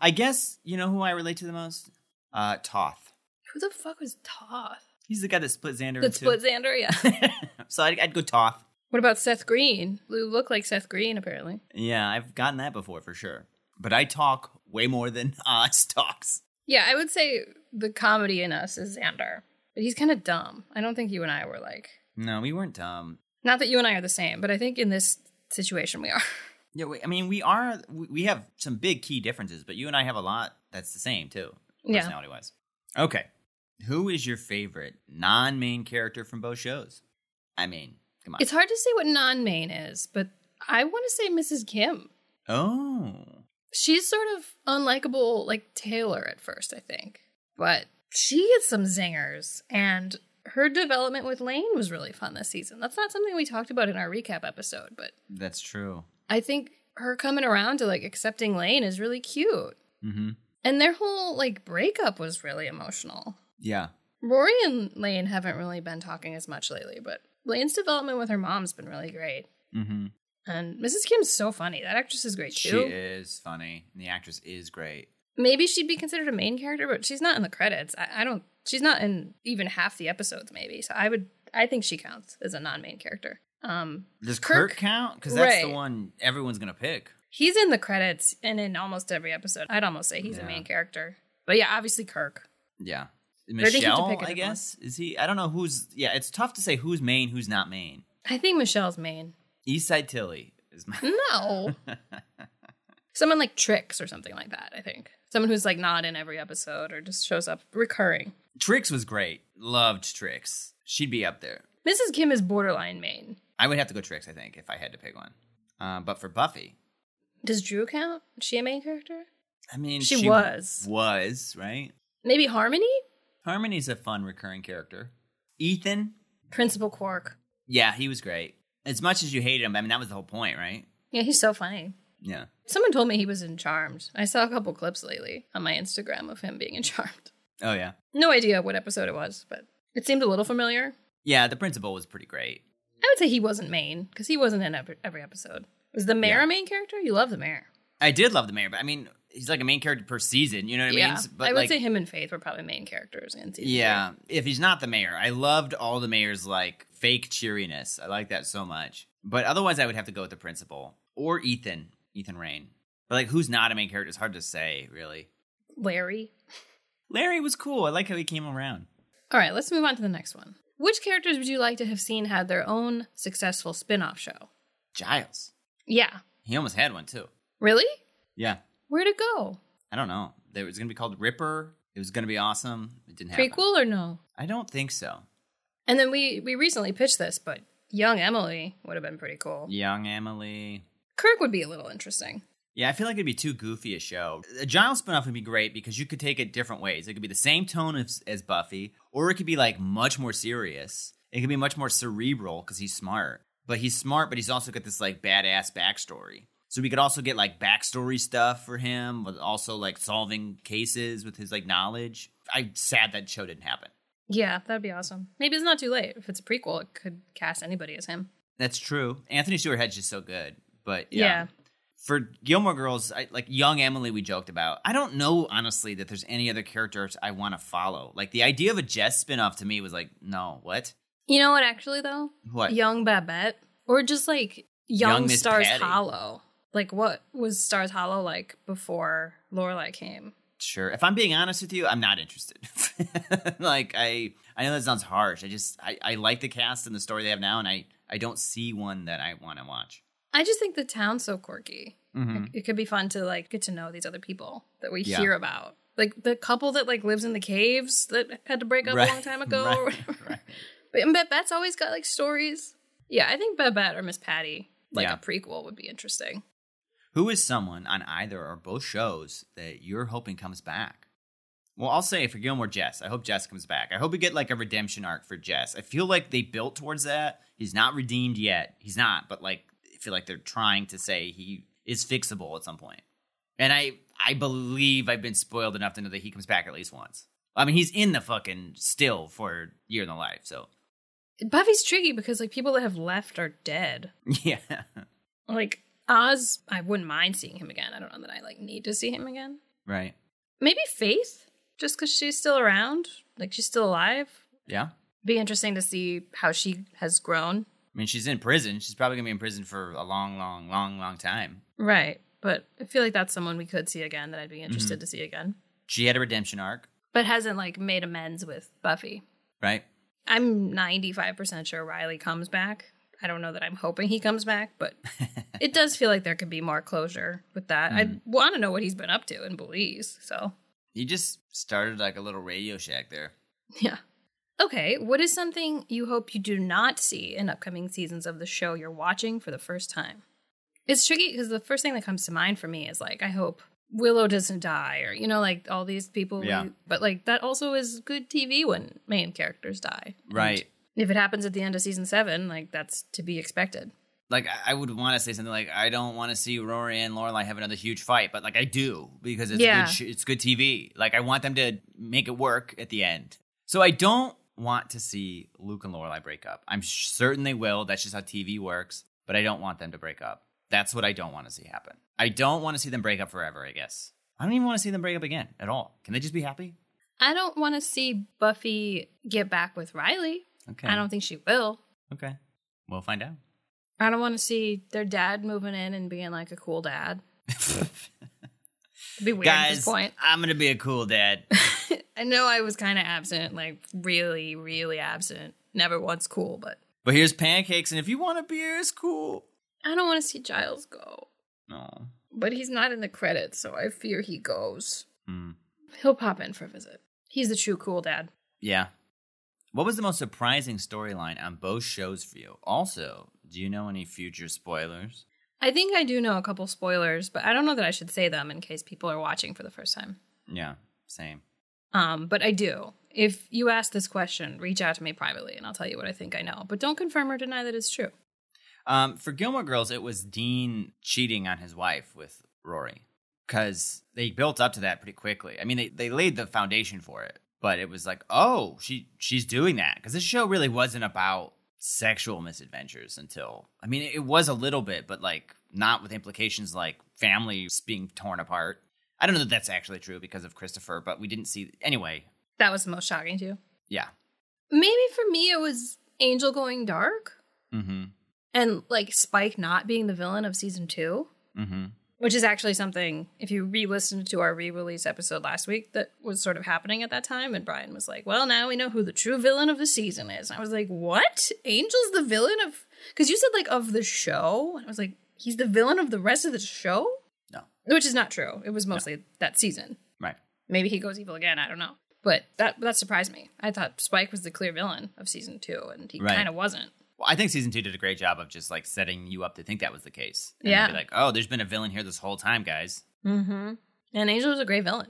I guess you know who I relate to the most. Uh, Toth. Who the fuck was Toth? He's the guy that split Xander. in That two. split Xander, yeah. so I'd, I'd go Toth. what about Seth Green? You look like Seth Green, apparently. Yeah, I've gotten that before for sure. But I talk way more than Oz talks. Yeah, I would say the comedy in us is Xander, but he's kind of dumb. I don't think you and I were like. No, we weren't um, dumb. Not that you and I are the same, but I think in this situation we are. Yeah, we, I mean, we are. We we have some big key differences, but you and I have a lot that's the same too, Yeah. personality wise. Okay, who is your favorite non-main character from both shows? I mean, come on. It's hard to say what non main is, but I want to say Mrs. Kim. oh, She's sort of unlikable, like Taylor at first, I think. But she had some zingers, and her development with Lane was really fun this season. That's not something we talked about in our recap episode, but that's true. I think her coming around to like accepting Lane is really cute. Mm-hmm. And their whole like breakup was really emotional. Yeah, Rory and Lane haven't really been talking as much lately, but Lane's development with her mom's been really great. mm-hmm. And Mrs. Kim's so funny. That actress is great she too. is funny, and the actress is great. Maybe she'd be considered a main character, but she's not in the credits. I, I don't. She's not in even half the episodes, maybe. So I would. I think she counts as a non-main character. Um, Does Kirk, Kirk- count? Because that's the Right. one everyone's gonna pick. he's in the credits and in almost every episode. I'd almost say he's Yeah. a main character. But yeah, obviously Kirk. Yeah. do you have to Michelle, pick a I different guess. Is he I don't know who's yeah, it's tough to say who's main, who's not main. I think Michelle's main. Eastside Tilly is my No. Someone like Trix or something like that, I think. Someone who's like not in every episode or just shows up recurring. Trix was great. Loved Trix. She'd be up there. Mrs. Kim is borderline main. I would have to go Trix, I think, if I had to pick one. Uh, but for Buffy, Does Drew count? Is she a main character? I mean She was. Was, right? Maybe Harmony? Harmony's a fun recurring character. Ethan, Principal Quark. yeah, he was great. As much as you hated him, I mean that was the whole point, right? Yeah, he's so funny. Yeah. Someone told me he was in Charmed. I saw a couple clips lately on my Instagram of him being in Charmed. Oh yeah. No idea what episode it was, but it seemed a little familiar. Yeah, the principal was pretty great. I would say he wasn't main because he wasn't in every, every episode. Was the mayor Yeah. a main character? You love the mayor. I did love the mayor, but I mean, he's like a main character per season. You know what I mean? yeah, S- But I would like, say him and Faith were probably main characters in season. yeah, if he's not the mayor, I loved all the mayor's like fake cheeriness. I like that so much. But otherwise, I would have to go with the principal or Ethan, Ethan Rain. But like, who's not a main character? It's hard to say, really. three. Larry. Larry was cool. I like how he came around. All right, let's move on to the next one. Which characters would you like to have seen had their own successful spin-off show? Giles, Yeah, he almost had one too. really? Yeah, Where'd it go? I don't know. There was gonna be called Ripper. It was gonna be awesome. It didn't happen. Prequel or no? I don't think so. And then we we recently pitched this, but young Emily would have been pretty cool. Young Emily, Kirk would be a little interesting. Yeah, I feel like it'd be too goofy a show. A Giles spinoff would be great because you could take it different ways. It could be the same tone as, as Buffy, or it could be like much more serious. It could be much more cerebral because he's smart. But he's smart, but he's also got this like badass backstory. So we could also get like backstory stuff for him, but also like solving cases with his like knowledge. I'm sad that show didn't happen. Yeah, that'd be awesome. Maybe it's not too late. If it's a prequel, it could cast anybody as him. That's true. Anthony Stewart Head's just so good. But Yeah. yeah. for Gilmore Girls, I, like young Emily, we joked about. I don't know honestly that there's any other characters I want to follow. Like the idea of a Jess spinoff to me was like, no, what? You know what, actually, though? What? Young Babette. Or just like Young young, Miss Stars Patty. Hollow. Like, what was Stars Hollow like before Lorelai came? Sure. If I'm being honest with you, I'm not interested. like I, I know that sounds harsh. I just, I, I like the cast and the story they have now, and I, I don't see one that I want to watch. I just think the town's so quirky. hmm Like, it could be fun to like get to know these other people that we Yeah. hear about. Like the couple that like lives in the caves that had to break up a long time ago. or whatever. right. But and Babette's always got like stories. Yeah, I think Babette or Miss Patty, like Yeah. a prequel, would be interesting. Who is someone on either or both shows that you're hoping comes back? Well, I'll say for Gilmore Jess, I hope Jess comes back. I hope we get like a redemption arc for Jess. I feel like they built towards that. He's not redeemed yet. He's not, but like I feel like they're trying to say he is fixable at some point. And I I believe I've been spoiled enough to know that he comes back at least once. I mean, he's in the fucking still for year in the life, so Buffy's tricky because like people that have left are dead. yeah. Like Oz, I wouldn't mind seeing him again. I don't know that I like need to see him again. Right. Maybe Faith, just because she's still around, like she's still alive. Yeah. Be interesting to see how she has grown. I mean, she's in prison. She's probably going to be in prison for a long, long, long, long time. Right. But I feel like that's someone we could see again that I'd be interested to see again. She had a redemption arc, But hasn't like made amends with Buffy. right? I'm 95% sure Riley comes back. I don't know that I'm hoping he comes back, but it does feel like there could be more closure with that. I want to know what he's been up to in Belize. So, You just started like a little Radio Shack there. yeah. Okay, what is something you hope you do not see in upcoming seasons of the show you're watching for the first time? It's tricky because the first thing that comes to mind for me is like, I hope Willow doesn't die, or, you know, like all these people. we- Yeah. but like, that also is good TV when main characters die. And if it happens at the end of season seven, like, that's to be expected. Like I- I would want to say something like, I don't want to see Rory and Lorelai have another huge fight, but like I do because it's Yeah. good. Sh- it's good TV. Like I want them to make it work at the end. So I don't want to see Luke and Lorelai break up. I'm sh- certain they will. That's just how TV works. But I don't want them to break up. That's what I don't want to see happen. I don't want to see them break up forever. I guess I don't even want to see them break up again at all. Can they just be happy? I don't want to see Buffy get back with Riley. Okay. I don't think she will. Okay. We'll find out. I don't want to see their dad moving in and being like a cool dad. It'd be weird at Guys, this point. I'm gonna be a cool dad. I know I was kind of absent, like really, really absent. Never once cool, but But here's pancakes, and if you want a beer, it's cool. I don't want to see Giles go. No. But he's not in the credits, so I fear he goes. Hmm. He'll pop in for a visit. He's the true cool dad. Yeah. What was the most surprising storyline on both shows for you? Also, do you know any future spoilers? I think I do know a couple spoilers, but I don't know that I should say them in case people are watching for the first time. Yeah, same. Um, but I do. If you ask this question, reach out to me privately and I'll tell you what I think I know. But don't confirm or deny that it's true. Um, for Gilmore Girls, it was Dean cheating on his wife with Rory because they built up to that pretty quickly. I mean, they, they laid the foundation for it, but it was like, oh, she she's doing that because this show really wasn't about sexual misadventures until I mean, it was a little bit, but like not with implications like families being torn apart. I don't know that that's actually true because of Christopher, but we didn't see anyway. That was the most shocking to you. Yeah. Maybe for me, it was Angel going dark Mm-hmm. and like Spike not being the villain of season two, Mm-hmm. which is actually something, if you re listened to our re release episode last week, that was sort of happening at that time. And Brian was like, Well, now we know who the true villain of the season is. I was like, What? Angel's the villain of. Because you said like of the show. And I was like, He's the villain of the rest of the show? No. Which is not true. It was mostly that season. Right. Maybe he goes evil again. I don't know. But that that surprised me. I thought Spike was the clear villain of season two, and he Right. kind of wasn't. Well, I think season two did a great job of just like setting you up to think that was the case. And Yeah. then Be like, oh, there's been a villain here this whole time, guys. Mm-hmm. And Angel was a great villain.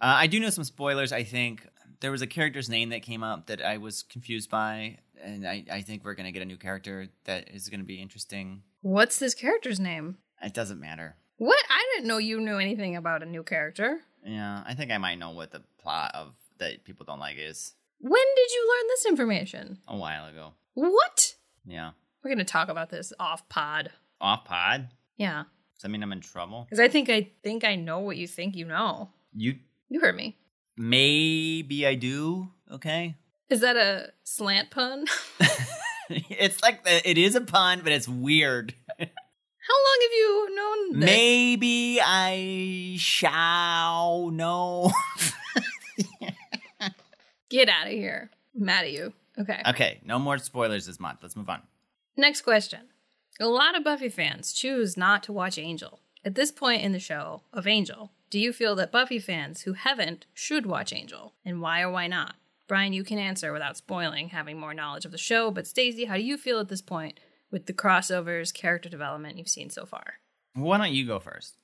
Uh, I do know some spoilers. I think there was a character's name that came up that I was confused by, and I, I think we're gonna get a new character that is gonna be interesting. What's this character's name? It doesn't matter. What? I didn't know you knew anything about a new character. Yeah, I think I might know what the plot of that people don't like is When did you learn this information? a while ago. What? Yeah, We're gonna talk about this off pod. off pod. Yeah. Does that mean I'm in trouble? Because I think I think I know what you think you know. You You heard me. maybe I do. Okay. Is that a slant pun? it's like the, it is a pun, but it's weird. How long have you known this? Maybe I shall know. Get out of here. I'm mad at you. Okay. okay, no more spoilers this month. Let's move on. Next question. A lot of Buffy fans choose not to watch Angel. At this point in the show of Angel, do you feel that Buffy fans who haven't should watch Angel? And why or why not? Brian, you can answer without spoiling, having more knowledge of the show, but Stacey, how do you feel at this point with the crossovers, character development you've seen so far? Why don't you go first?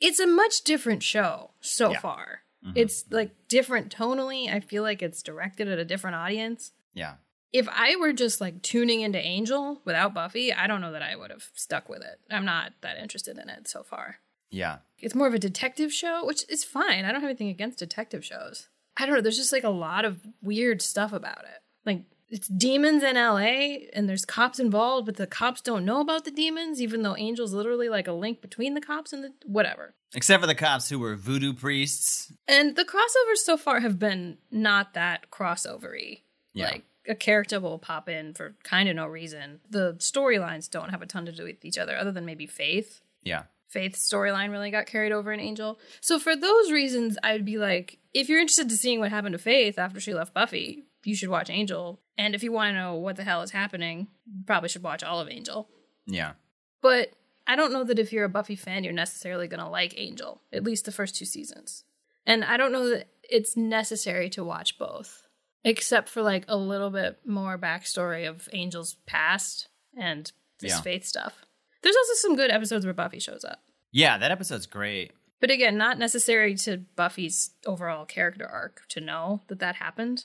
It's a much different show so Yeah. far. Mhm. It's like different tonally. I feel like it's directed at a different audience Yeah. if I were just like tuning into Angel without Buffy, I don't know that I would have stuck with it. I'm not that interested in it so far. Yeah. It's more of a detective show, which is fine. I don't have anything against detective shows. I don't know. There's just like a lot of weird stuff about it. Like it's demons in LA and there's cops involved, but the cops don't know about the demons, even though Angel's literally like a link between the cops and the whatever. Except for the cops who were voodoo priests. And the crossovers so far have been not that crossovery. Yeah. Like a character will pop in for kind of no reason. The storylines don't have a ton to do with each other, other than maybe Faith. Yeah. Faith's storyline really got carried over in Angel. So for those reasons, I'd be like, if you're interested to seeing what happened to Faith after she left Buffy, you should watch Angel. And if you want to know what the hell is happening, you probably should watch all of Angel. Yeah. But I don't know that if you're a Buffy fan, you're necessarily going to like Angel, at least the first two seasons. And I don't know that it's necessary to watch both, except for like a little bit more backstory of Angel's past and this Yeah. faith stuff. There's also some good episodes where Buffy shows up. Yeah, that episode's great. But again, not necessary to Buffy's overall character arc to know that that happened.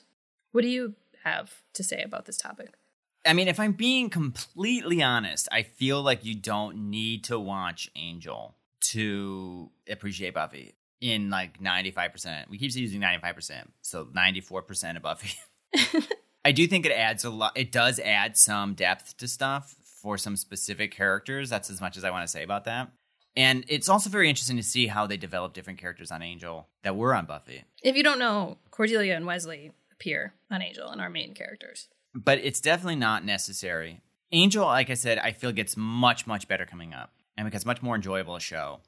What do you have to say about this topic? I mean, if I'm being completely honest, I feel like you don't need to watch Angel to appreciate Buffy in like 95%. We keep using 95%, so 94% of Buffy. I do think it adds a lot. It does add some depth to stuff for some specific characters. That's as much as I want to say about that. And it's also very interesting to see how they develop different characters on Angel that were on Buffy. If you don't know, Cordelia and Wesley appear on Angel and are main characters. but it's definitely not necessary. Angel, like I said, I feel gets much much better coming up, and becomes much more enjoyable a show.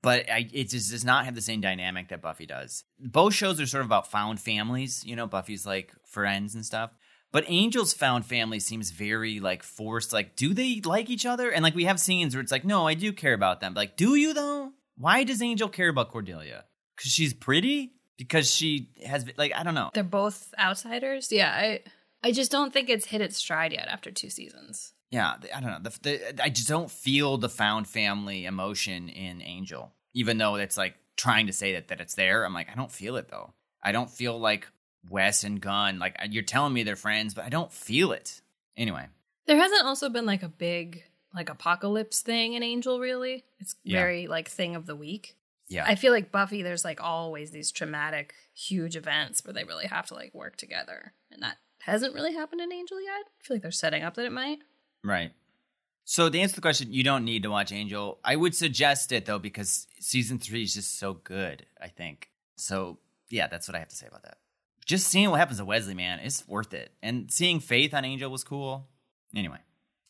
But I, it just does not have the same dynamic that Buffy does. Both shows are sort of about found families, you know. Buffy's like friends and stuff, but Angel's found family seems very like forced. Like, do they like each other? And like we have scenes where it's like, no, I do care about them. Like, do you though? Why does Angel care about Cordelia? Because she's pretty? Because she has like I don't know. They're both outsiders. Yeah, I I just don't think it's hit its stride yet after two seasons. yeah the- i don't know the, the, i just don't feel the found family emotion in angel even though it's like trying to say that that it's there i'm like i don't feel it though i don't feel like wes and gunn like you're telling me they're friends but i don't feel it anyway There hasn't also been like a big like apocalypse thing in Angel really. It's Yeah. very like thing of the week. yeah I feel like Buffy there's like always these traumatic huge events where they really have to like work together. And that hasn't really happened in Angel yet. I feel like they're setting up that it might. right so to answer the question you don't need to watch angel i would suggest it though because season three is just so good i think so yeah that's what i have to say about that just seeing what happens to wesley man it's worth it and seeing faith on angel was cool Anyway.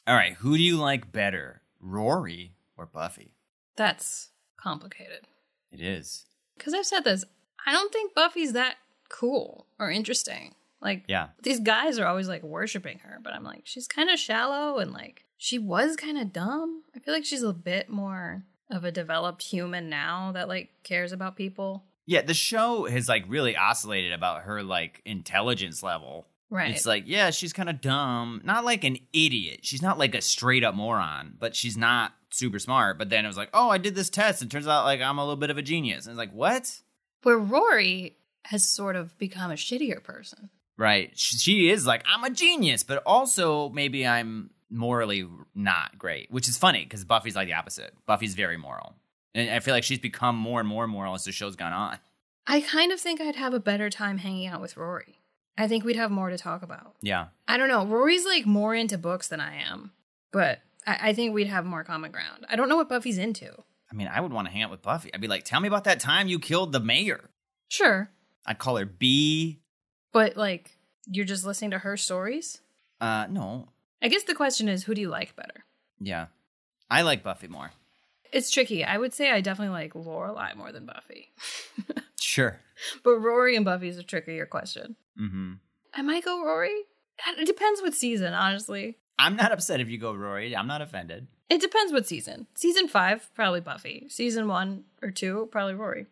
All right. Who do you like better, Rory or Buffy? That's complicated. It is. Because I've said this, I don't think Buffy's that cool or interesting. Like, Yeah. these guys are always like worshiping her, but I'm like, she's kind of shallow and like, she was kind of dumb. I feel like she's a bit more of a developed human now that like cares about people. Yeah. The show has like really oscillated about her like intelligence level. Right. It's like, yeah, she's kind of dumb. Not like an idiot. She's not like a straight up moron, but she's not super smart. But then it was like, oh, I did this test. It turns out like I'm a little bit of a genius. And it's like, what? Where Rory has sort of become a shittier person. Right. Sh- She is like, I'm a genius, but also maybe I'm morally not great, which is funny because Buffy's like the opposite. Buffy's very moral. And I feel like she's become more and more moral as the show's gone on. I kind of think I'd have a better time hanging out with Rory. I think we'd have more to talk about. Yeah. I don't know. Rory's like more into books than I am, but I, I think we'd have more common ground. I don't know what Buffy's into. I mean, I would want to hang out with Buffy. I'd be like, tell me about that time you killed the mayor. Sure, I'd call her B. but like you're just listening to her stories. Uh, no. I guess the question is, who do you like better? Yeah. I like Buffy more. It's tricky. I would say I definitely like Lorelai more than Buffy, Sure. but Rory and Buffy is a trickier question. Mm-hmm. I might go Rory. It depends what season, honestly. I'm not upset if you go Rory. I'm not offended. It depends what season. Season five, probably Buffy. Season one or two, probably Rory.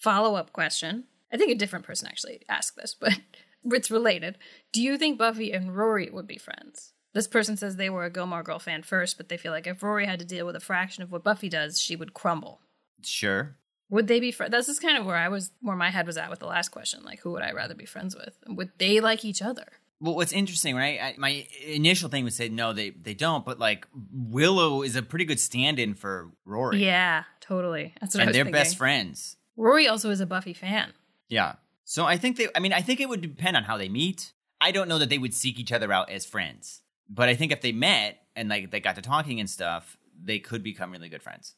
Follow up question. I think a different person actually asked this, but it's related. Do you think Buffy and Rory would be friends? This person says they were a Gilmore Girl fan first, but they feel like if Rory had to deal with a fraction of what Buffy does, she would crumble. Sure. Would they be friends? This is kind of where I was, where my head was at with the last question. Like, who would I rather be friends with? Would they like each other? Well, what's interesting, right? I, my initial thing would say no, they they don't. But like Willow is a pretty good stand-in for Rory. Yeah, totally. That's what I and was they're thinking. best friends. Rory also is a Buffy fan. Yeah. So I think they. I mean, I think it would depend on how they meet. I don't know that they would seek each other out as friends, but I think if they met and like they got to talking and stuff, they could become really good friends.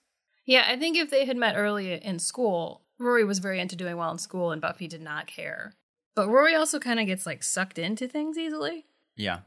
Yeah, I think if they had met early in school, Rory was very into doing well in school and Buffy did not care. But Rory also kind of gets like sucked into things easily. Yeah.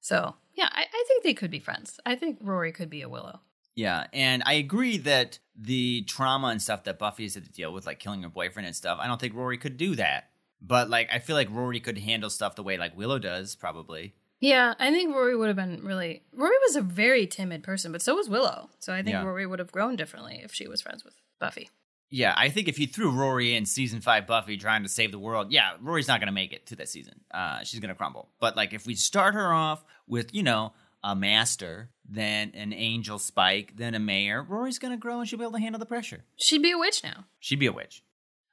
So, yeah, I, I think they could be friends. I think Rory could be a Willow. Yeah, and I agree that the trauma and stuff that Buffy has had to deal with, like killing her boyfriend and stuff, I don't think Rory could do that. But like, I feel like Rory could handle stuff the way like Willow does, probably. Yeah, I think Rory would have been really. Rory was a very timid person, but so was Willow. So I think Yeah. Rory would have grown differently if she was friends with Buffy. Yeah, I think if you threw Rory in season five Buffy trying to save the world, yeah, Rory's not gonna make it to that season. Uh, she's gonna crumble. But like, if we start her off with you know a master, then an angel Spike, then a mayor, Rory's gonna grow and she'll be able to handle the pressure. She'd be a witch now. She'd be a witch.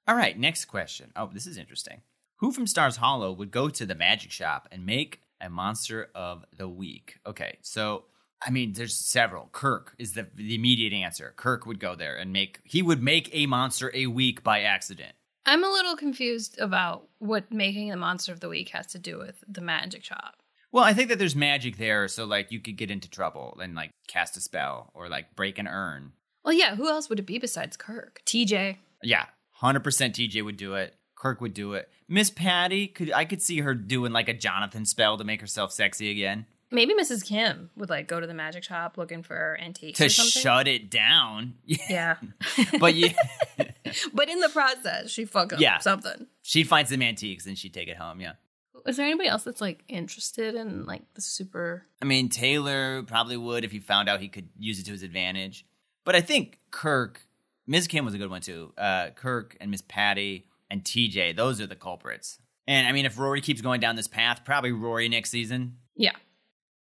All right, next question. Oh, this is interesting. Who from Stars Hollow would go to the magic shop and make a monster of the week? Okay, so I mean, there's several. Kirk is the, the immediate answer. Kirk would go there and make he would make a monster a week by accident. I'm a little confused about what making the monster of the week has to do with the magic shop. Well, I think that there's magic there, so like you could get into trouble and like cast a spell or like break an urn. Well, yeah, who else would it be besides Kirk? TJ. Yeah, hundred percent. TJ would do it. Kirk would do it. Miss Patty could I could see her doing like a Jonathan spell to make herself sexy again. Maybe Mrs. Kim would like go to the magic shop looking for antiques to or something. shut it down. Yeah, yeah, but yeah, but in the process, she fuck up Yeah. something. she'd find some antiques and she'd take it home. Yeah. Is there anybody else that's like interested in like the super? I mean, Taylor probably would if he found out he could use it to his advantage. But I think Kirk, Ms. Kim was a good one too. Uh, Kirk and Miss Patty and TJ, those are the culprits. And I mean, if Rory keeps going down this path, probably Rory next season. Yeah.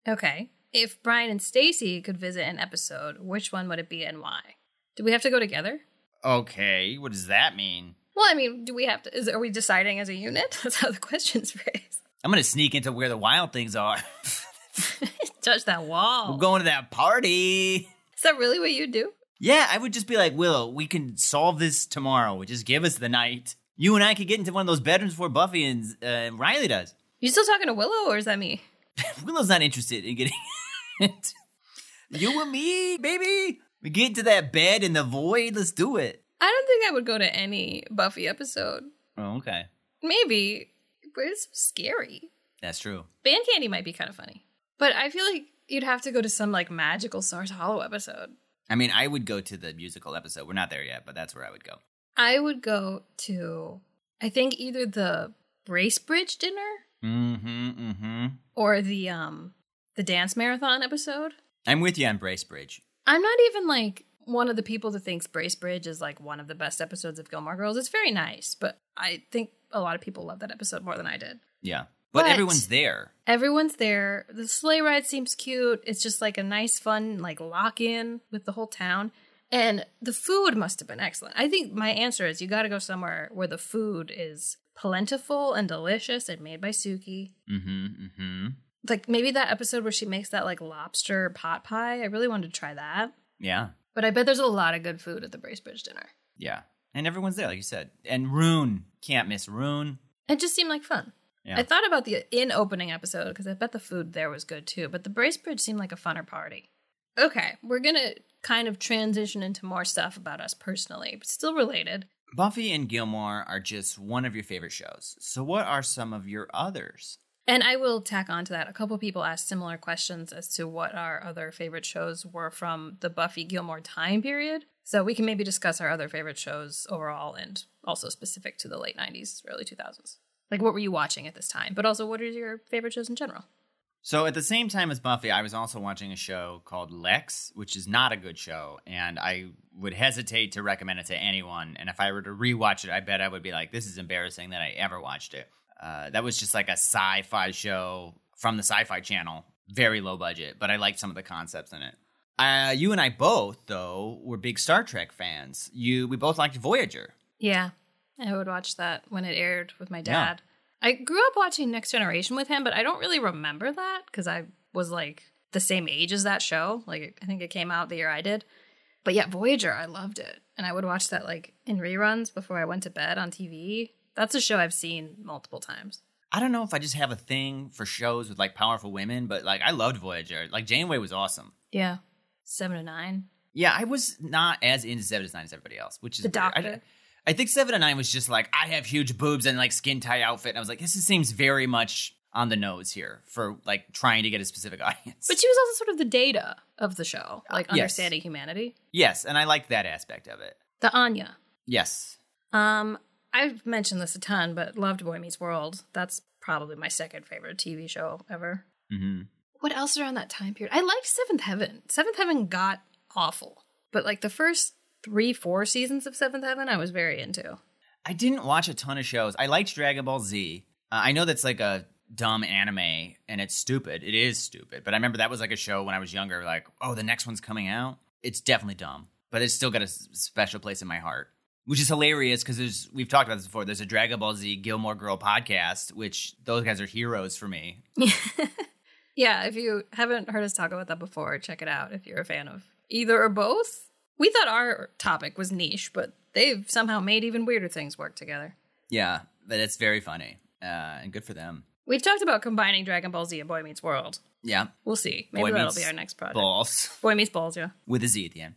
Okay. If Brian and Stacy could visit an episode, which one would it be and why? Do we have to go together? Okay, what does that mean? Well, I mean, do we have to? Is are we deciding as a unit? That's how the question's phrased. I'm gonna sneak into where the wild things are. Touch that wall. We're going to that party. Is that really what you do? Yeah, I would just be like, Willow, we can solve this tomorrow. Just give us the night. You and I could get into one of those bedrooms before Buffy and uh, Riley does. You still talking to Willow, or is that me? Willow's not interested in getting it. You and me, baby. We get into that bed in the void. Let's do it. I don't think I would go to any Buffy episode. Oh, okay. Maybe, but it's scary. That's true. Band Candy might be kind of funny, but I feel like you'd have to go to some like magical Stars Hollow episode. I mean, I would go to the musical episode. We're not there yet, but that's where I would go. I would go to, I think either the Bracebridge dinner Mm hmm. Mm hmm. or the um the dance marathon episode. I'm with you on Bracebridge. I'm not even like one of the people that thinks Bracebridge is like one of the best episodes of Gilmore Girls. It's very nice, but I think a lot of people love that episode more than I did. Yeah. But, But- everyone's there. Everyone's there. The sleigh ride seems cute. It's just like a nice, fun, like lock in with the whole town. And the food must have been excellent. I think my answer is you got to go somewhere where the food is plentiful and delicious and made by Suki. Mm hmm. Mm hmm. Like maybe that episode where she makes that like lobster pot pie. I really wanted to try that. Yeah. But I bet there's a lot of good food at the Bracebridge dinner. Yeah. And everyone's there, like you said. And Rune. Can't miss Rune. It just seemed like fun. Yeah. I thought about the in opening episode because I bet the food there was good too, but the Bracebridge seemed like a funner party. Okay, we're gonna kind of transition into more stuff about us personally, but still related. Buffy and Gilmore are just one of your favorite shows. So, what are some of your others? And I will tack on to that. A couple people asked similar questions as to what our other favorite shows were from the Buffy Gilmore time period. So we can maybe discuss our other favorite shows overall and also specific to the late 90s, early 2000s. Like, what were you watching at this time? But also, what are your favorite shows in general? So, at the same time as Buffy, I was also watching a show called Lex, which is not a good show. And I would hesitate to recommend it to anyone. And if I were to rewatch it, I bet I would be like, this is embarrassing that I ever watched it. Uh, that was just like a sci fi show from the sci fi channel, very low budget, but I liked some of the concepts in it. Uh, you and I both, though, were big Star Trek fans. You, we both liked Voyager. Yeah, I would watch that when it aired with my Yeah. dad. I grew up watching Next Generation with him, but I don't really remember that because I was like the same age as that show. Like, I think it came out the year I did. But yeah, Voyager, I loved it. And I would watch that like in reruns before I went to bed on TV. That's a show I've seen multiple times. I don't know if I just have a thing for shows with like powerful women, but like I loved Voyager. Like Janeway was awesome. Yeah. Seven to nine. Yeah, I was not as into Seven to Nine as everybody else, which is The weird. I- Doctor. I, think Seven to Nine was just like I have huge boobs and like skin tie outfit, and I was like, this is- seems very much on the nose here for like trying to get a specific audience. But she was also sort of the data of the show, like yes. understanding humanity. yes, and I liked that aspect of it. The Anya. Yes, Um, I've mentioned this a ton, but loved Boy Meets World. That's probably my second favorite TV show ever. hmm What else around that time period? I liked Seventh Heaven. Seventh Heaven got awful, but like the first three, four seasons of Seventh Heaven, I was very into. I didn't watch a ton of shows. I liked Dragon Ball Z. Uh, I know that's like a dumb anime and it's stupid. It is stupid. But I remember that was like a show when I was younger, like, oh, the next one's coming out. It's definitely dumb, but it's still got a s- special place in my heart, which is hilarious because there's, we've talked about this before. There's a Dragon Ball Z Gilmore Girl podcast, which those guys are heroes for me. yeah, if you haven't heard us talk about that before, check it out if you're a fan of either or both. We thought our topic was niche, but they've somehow made even weirder things work together. Yeah, but it's very funny uh, and good for them. We've talked about combining Dragon Ball Z and Boy Meets World. Yeah, We'll see. Maybe Boy that'll Meets be our next project. balls. Boy Meets Balls, yeah. with a Z at the end.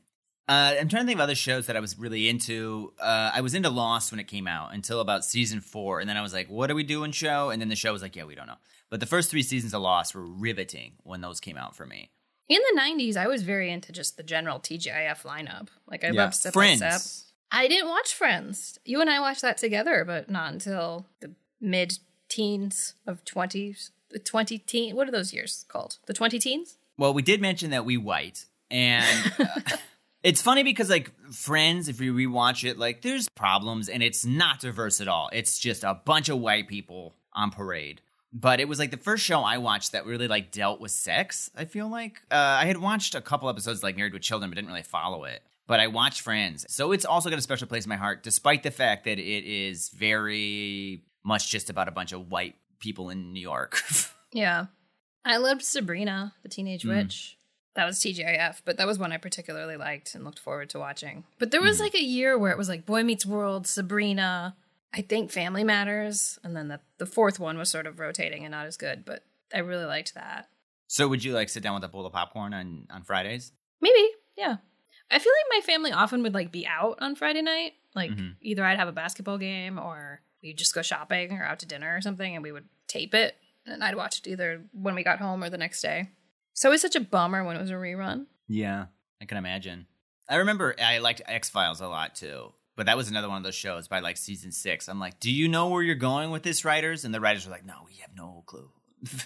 Uh, I'm trying to think of other shows that I was really into. Uh, I was into Lost when it came out until about season four, and then I was like, "What are we doing, show?" And then the show was like, "Yeah, we don't know." But the first three seasons of Lost were riveting when those came out for me. In the 90s, I was very into just the general TGIF lineup. Like, I loved Step Friends. by Step. I didn't watch Friends. You and I watched that together, but not until the mid teens of 20s. The 20 teen. What are those years called? The 20 teens? Well, we did mention that we white, and uh, it's funny because like Friends, if you rewatch it, like there's problems, and it's not diverse at all. It's just a bunch of white people on parade. But it was like the first show I watched that really like dealt with sex. I feel like uh, I had watched a couple episodes like Married with Children, but didn't really follow it. But I watched Friends, so it's also got a special place in my heart, despite the fact that it is very much just about a bunch of white people in New York. Yeah. I loved Sabrina, the Teenage Mm. Witch. That was TGIF, but that was one I particularly liked and looked forward to watching. But there was Mm. like a year where it was like Boy Meets World, Sabrina, I think Family Matters, and then the, the fourth one was sort of rotating and not as good, but I really liked that. So would you like sit down with a bowl of popcorn on, on Fridays? Maybe, yeah. I feel like my family often would like be out on Friday night. Like Mhm. either I'd have a basketball game or we'd just go shopping or out to dinner or something and we would tape it and I'd watch it either when we got home or the next day. So it was such a bummer when it was a rerun. Yeah. I can imagine. I remember I liked X Files a lot too. But that was another one of those shows by like season six. I'm like, do you know where you're going with this, writers? And the writers were like, no, we have no clue.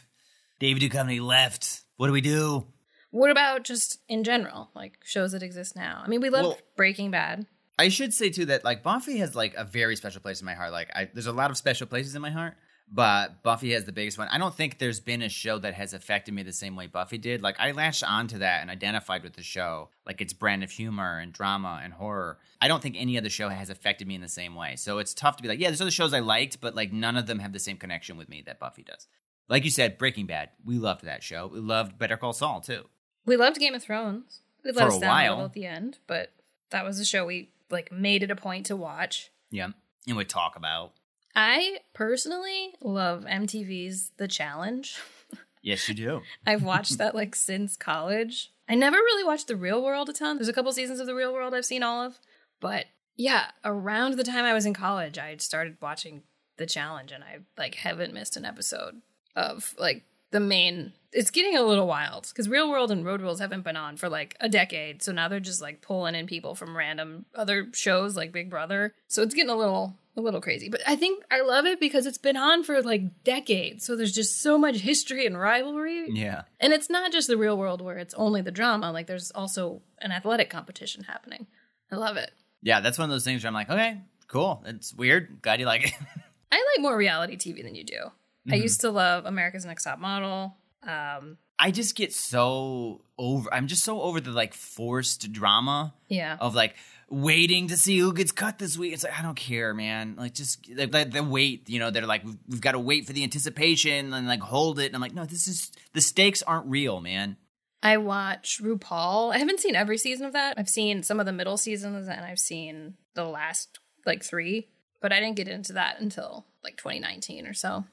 David Duchovny left. What do we do? What about just in general, like shows that exist now? I mean, we loved Well- Breaking Bad. I should say too that like Buffy has like a very special place in my heart. Like I, there's a lot of special places in my heart, but Buffy has the biggest one. I don't think there's been a show that has affected me the same way Buffy did. Like I latched onto that and identified with the show, like its brand of humor and drama and horror. I don't think any other show has affected me in the same way. So it's tough to be like, yeah, there's other shows I liked, but like none of them have the same connection with me that Buffy does. Like you said, Breaking Bad, we loved that show. We loved Better Call Saul too. We loved Game of Thrones. We For let a us down a while. little at the end, but that was a show we like made it a point to watch. Yeah, and we talk about. I personally love MTV's The Challenge. Yes, you do. I've watched that like since college. I never really watched The Real World a ton. There's a couple seasons of The Real World I've seen all of. But yeah, around the time I was in college, I had started watching The Challenge and I like haven't missed an episode of like the main. It's getting a little wild because Real World and Road Rules haven't been on for like a decade. So now they're just like pulling in people from random other shows like Big Brother. So it's getting a little a little crazy, but I think I love it because it's been on for like decades. So there's just so much history and rivalry. Yeah. And it's not just the real world where it's only the drama, like there's also an athletic competition happening. I love it. Yeah, that's one of those things where I'm like, okay, cool. It's weird. Glad you like it. I like more reality TV than you do. I used to love America's Next Top Model. Um, I just get so over I'm just so over the like forced drama yeah. of like waiting to see who gets cut this week. It's like I don't care, man. Like just like, like the wait, you know, they're like we've, we've got to wait for the anticipation and like hold it. And I'm like, no, this is the stakes aren't real, man. I watch RuPaul. I haven't seen every season of that. I've seen some of the middle seasons and I've seen the last like three, but I didn't get into that until like 2019 or so.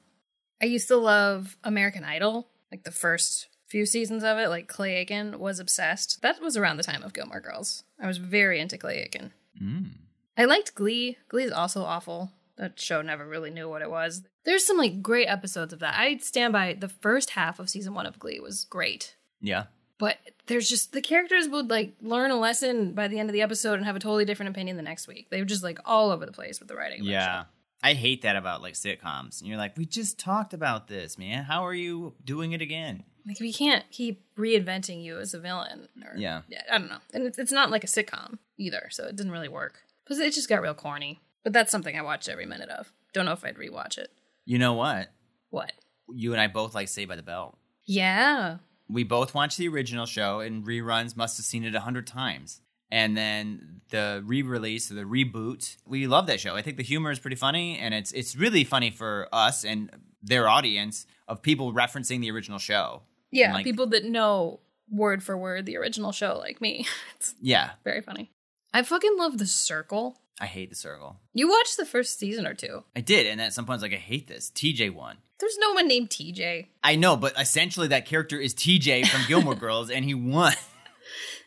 I used to love American Idol, like the first few seasons of it. Like Clay Aiken was obsessed. That was around the time of Gilmore Girls. I was very into Clay Aiken. Mm. I liked Glee. Glee is also awful. That show never really knew what it was. There's some like great episodes of that. I stand by the first half of season one of Glee was great Yeah. but there's just the characters would like learn a lesson by the end of the episode and have a totally different opinion the next week. They were just like all over the place with the writing. of that Yeah. show. I hate that about like sitcoms. And you're like, we just talked about this, man. How are you doing it again? like we can't keep reinventing you as a villain. Or, Yeah. I don't know, and it's, it's not like a sitcom either, so it didn't really work. Because it just got real corny. But that's something I watched every minute of. Don't know if I'd rewatch it. You know what? What? You and I both like Saved by the Bell. Yeah, we both watched the original show and reruns must have seen it a hundred times and then the re-release or the reboot we love that show i think the humor is pretty funny and it's it's really funny for us and their audience of people referencing the original show yeah. Like- people that know word for word the original show, like me. it's yeah very funny. I fucking love The Circle. i hate the circle You watched the first season or two. i did and at some point i was like i hate this tj won There's no one named TJ. i know but essentially that character is tj from gilmore girls and he won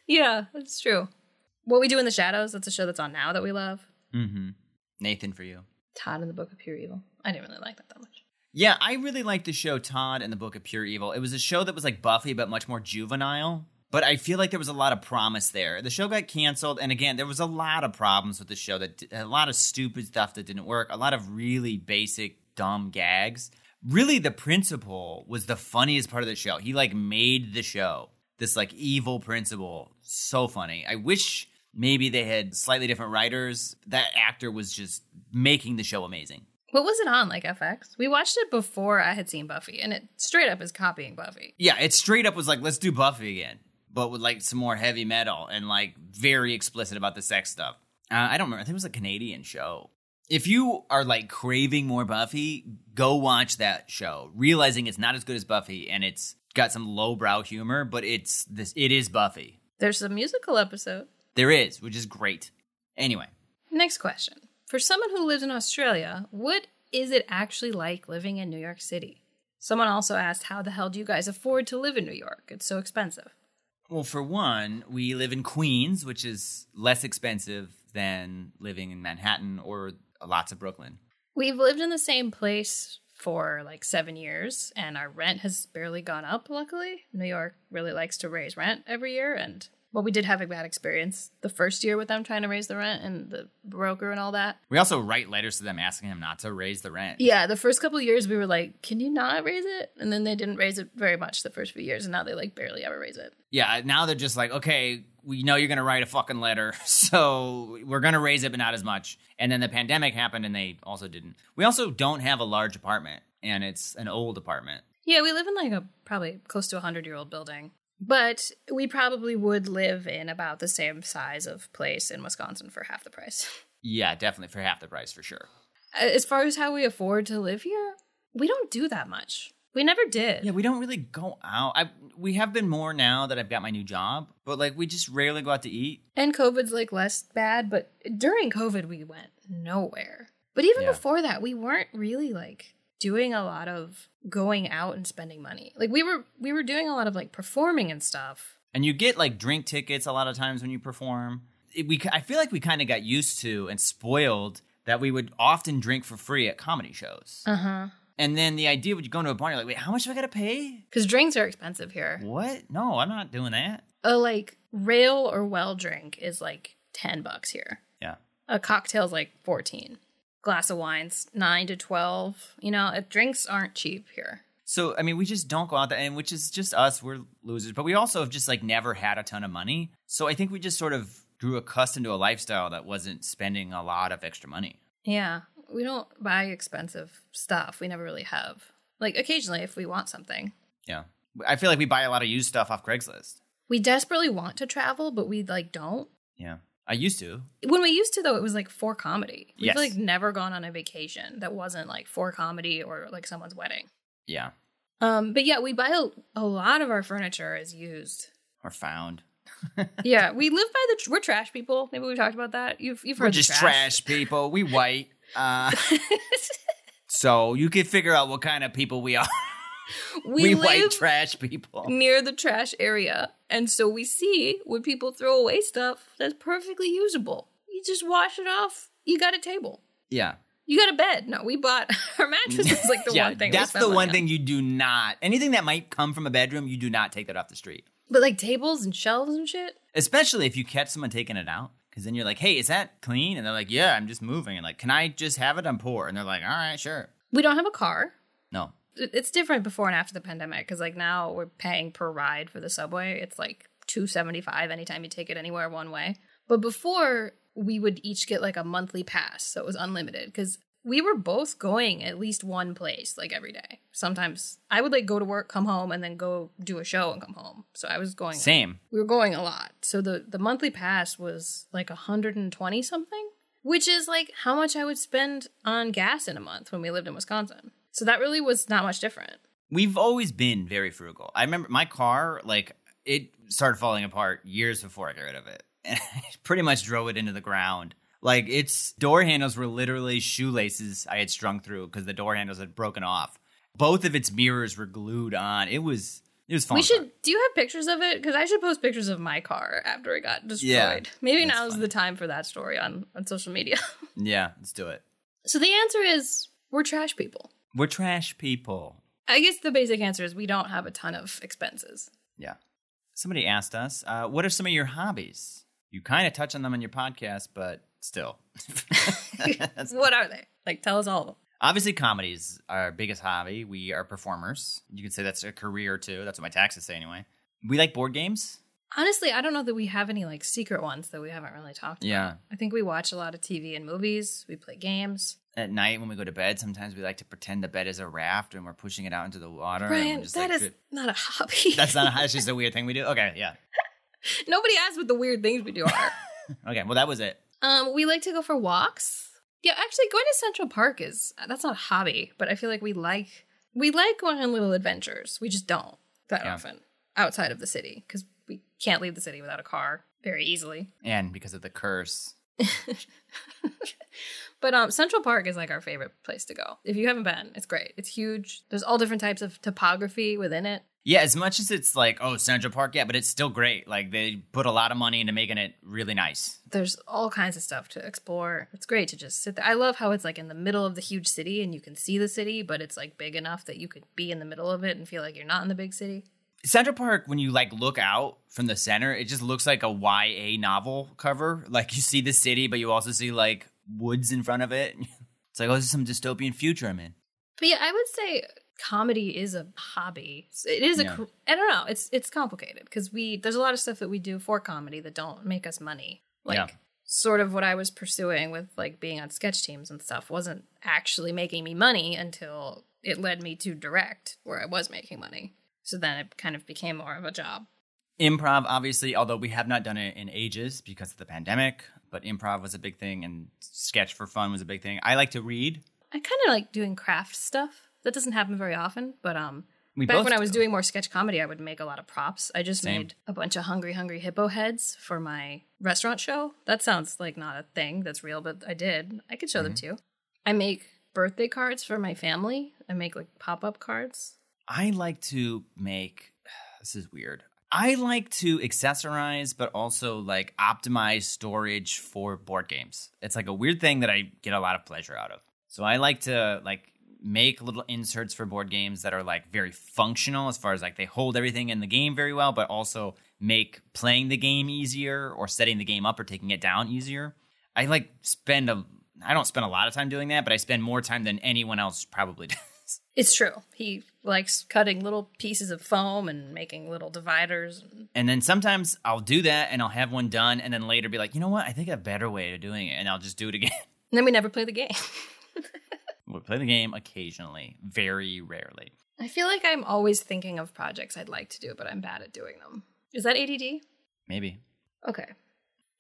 Yeah, that's true. What We Do in the Shadows, that's a show that's on now that we love. mm-hmm. nathan for you Todd in the Book of Pure Evil. I didn't really like that that much. Yeah, I really liked the show Todd and the Book of Pure Evil. It was a show that was like Buffy, but much more juvenile. But I feel like there was a lot of promise there. The show got canceled, and again, there was a lot of problems with the show. That a lot of stupid stuff that didn't work. A lot of really basic dumb gags. Really, the principal was the funniest part of the show. He like made the show. This like evil principal, so funny. I wish maybe they had slightly different writers. That actor was just making the show amazing. What was it on, like FX? We watched it before I had seen Buffy, and it straight up is copying Buffy. Yeah, it straight up was like, let's do Buffy again, but with like some more heavy metal and like very explicit about the sex stuff. Uh, I don't remember. I think it was a Canadian show. If you are like craving more Buffy, go watch that show, realizing it's not as good as Buffy and it's got some lowbrow humor, but it's this it is Buffy. There's a musical episode. There is, which is great. Anyway, Next question. For someone who lives in Australia, what is it actually like living in New York City? Someone also asked, How the hell do you guys afford to live in New York? It's so expensive. well, for one, we live in Queens, which is less expensive than living in Manhattan or lots of Brooklyn. We've lived in the same place for like seven years, and our rent has barely gone up, luckily. New York really likes to raise rent every year, and well, we did have a bad experience the first year with them trying to raise the rent and the broker and all that. We also write letters to them asking them not to raise the rent. Yeah, the first couple of years we were like, can you not raise it? And then they didn't raise it very much the first few years, and now they like barely ever raise it. Yeah, now they're just like, okay, we know you're going to write a fucking letter, so we're going to raise it, but not as much. And then the pandemic happened, and they also didn't. We also don't have a large apartment, and it's an old apartment. Yeah, we live in like a probably close to a 100 year old building. But we probably would live in about the same size of place in Wisconsin for half the price. Yeah, definitely for half the price for sure. Uh, as far as how we afford to live here, we don't do that much. We never did. Yeah, we don't really go out. I we have been more now that I've got my new job, but like we just rarely go out to eat. And COVID's like less bad, but during COVID, we went nowhere. But even Yeah. before that, we weren't really like doing a lot of going out and spending money. Like we were we were doing a lot of like performing and stuff. And you get like drink tickets a lot of times when you perform. It, we I feel like we kind of got used to and spoiled that we would often drink for free at comedy shows. Uh-huh. And then the idea would you go into a bar and you're like, wait, how much do I gotta pay? Cuz drinks are expensive here. What? No, I'm not doing that. A like rail or well drink is like 10 bucks here. Yeah. A cocktail's like 14. Glass of wine's 9 to 12. You know, it, drinks aren't cheap here. So I mean, we just don't go out there, and which is just us. We're losers, but we also have just like never had a ton of money. So I think we just sort of grew accustomed to a lifestyle that wasn't spending a lot of extra money. Yeah. We don't buy expensive stuff. We never really have. Like occasionally if we want something. Yeah, I feel like we buy a lot of used stuff off Craigslist. We desperately want to travel, but we like don't. Yeah, I used to. When we used to though, it was like for comedy. We've Yes. like never gone on a vacation that wasn't like for comedy or like someone's wedding. Yeah, Um, but yeah, we buy a, a lot of our furniture is used. or found. yeah, we live by the tr- we're trash people. Maybe we've talked about that. You've you've heard We're the just trash. people. We white. Uh, so you can figure out what kind of people we are. we, We, live white trash people. near the trash area, and so we see when people throw away stuff that's perfectly usable. You just wash it off. You got a table. Yeah, You got a bed. No, we bought our mattress was like the yeah. one thing. we that's spent the money one on. thing you do not. Anything that might come from a bedroom, you do not take that off the street. But like tables and shelves and shit. especially if you catch someone taking it out because then you're like hey is that clean and they're like yeah i'm just moving and like can i just have it i'm poor and they're like all right sure We don't have a car. no It- It's different before and after the pandemic because like now we're paying per ride for the subway. It's like two seventy five anytime you take it anywhere one way. But before we would each get like a monthly pass, so it was unlimited because we were both going at least one place like every day. Sometimes I would like go to work, come home, and then go do a show and come home. So I was going. same we were going a lot. So the the monthly pass was like 120 something, which is like how much I would spend on gas in a month when we lived in Wisconsin. So that really was not much different. we've always been very frugal i remember my car like it started falling apart years before i got rid of it and i pretty much drove it into the ground like its door handles were literally shoelaces i had strung through because the door handles had broken off both of its mirrors were glued on it was it was fun we should do you have pictures of it cuz I should post pictures of my car after it got destroyed. Yeah, Maybe that's now is funny. the time for that story on on social media. yeah let's do it so the answer is we're trash people. we're trash people I guess the basic answer is we don't have a ton of expenses. Yeah. Somebody asked us, uh, what are some of your hobbies? You kind of touch on them on your podcast, but still. That's- what are they? Like tell us all of them. Obviously, comedy is our biggest hobby. We are performers. You could say that's a career, too. That's what my taxes say, anyway. We like board games. Honestly, I don't know that we have any like secret ones that we haven't really talked about. Yeah. I think we watch a lot of TV and movies. We play games. At night, when we go to bed, sometimes we like to pretend the bed is a raft and we're pushing it out into the water. and we're Brian, um, just that like, is not a hobby. That's not a That's just a weird thing we do. Okay, yeah. Nobody asked what the weird things we do are. Okay, well, that was it. um, we like to go for walks. Yeah, actually, going to Central Park is that's not a hobby, but I feel like we like we like going on little adventures. We just don't that Yeah. often outside of the city because we can't leave the city without a car very easily. And because of the curse, But um, Central Park is like our favorite place to go. If you haven't been, it's great. It's huge. There's all different types of topography within it. Yeah, as much as it's like, oh, Central Park, yeah, but it's still great. Like they put a lot of money into making it really nice. There's all kinds of stuff to explore. It's great to just sit there. I love how it's like in the middle of the huge city and you can see the city, but it's like big enough that you could be in the middle of it and feel like you're not in the big city. Central Park, when you like look out from the center, it just looks like a YA novel cover. Like you see the city, but you also see like woods in front of it. It's like, oh, this is some dystopian future I'm in. But yeah, I would say comedy is a hobby. It is a Yeah. cr- I don't know. It's it's complicated because we there's a lot of stuff that we do for comedy that don't make us money. Like Yeah. sort of what I was pursuing with like being on sketch teams and stuff wasn't actually making me money until it led me to direct where I was making money. So then it kind of became more of a job. Improv, obviously, although we have not done it in ages because of the pandemic, but improv was a big thing and sketch for fun was a big thing. I like to read. I kind of like doing craft stuff. That doesn't happen very often, but um We Back both when I was do. doing more sketch comedy, I would make a lot of props. I just Same. made a bunch of hungry, hungry hippo heads for my Mm-hmm. restaurant show. That sounds like not a thing that's real, but I did. I could show them to you. I make birthday cards for my family. I make like pop up cards. I like to make this is weird. I like to accessorize, but also like optimize storage for board games. It's like a weird thing that I get a lot of pleasure out of. So I like to like make little inserts for board games that are like very functional as far as like they hold everything in the game very well, but also make playing the game easier or setting the game up or taking it down easier. I like spend a I don't spend a lot of time doing that, but I spend more time than anyone else probably does. It's true. He likes cutting little pieces of foam and making little dividers. And then sometimes I'll do that and I'll have one done and then later be like, you know what? I think I have a better way of doing it and I'll just do it again. And then we never play the game. we play the game occasionally, very rarely. I feel like I'm always thinking of projects I'd like to do, but I'm bad at doing them. Is that ADD? Maybe. Okay.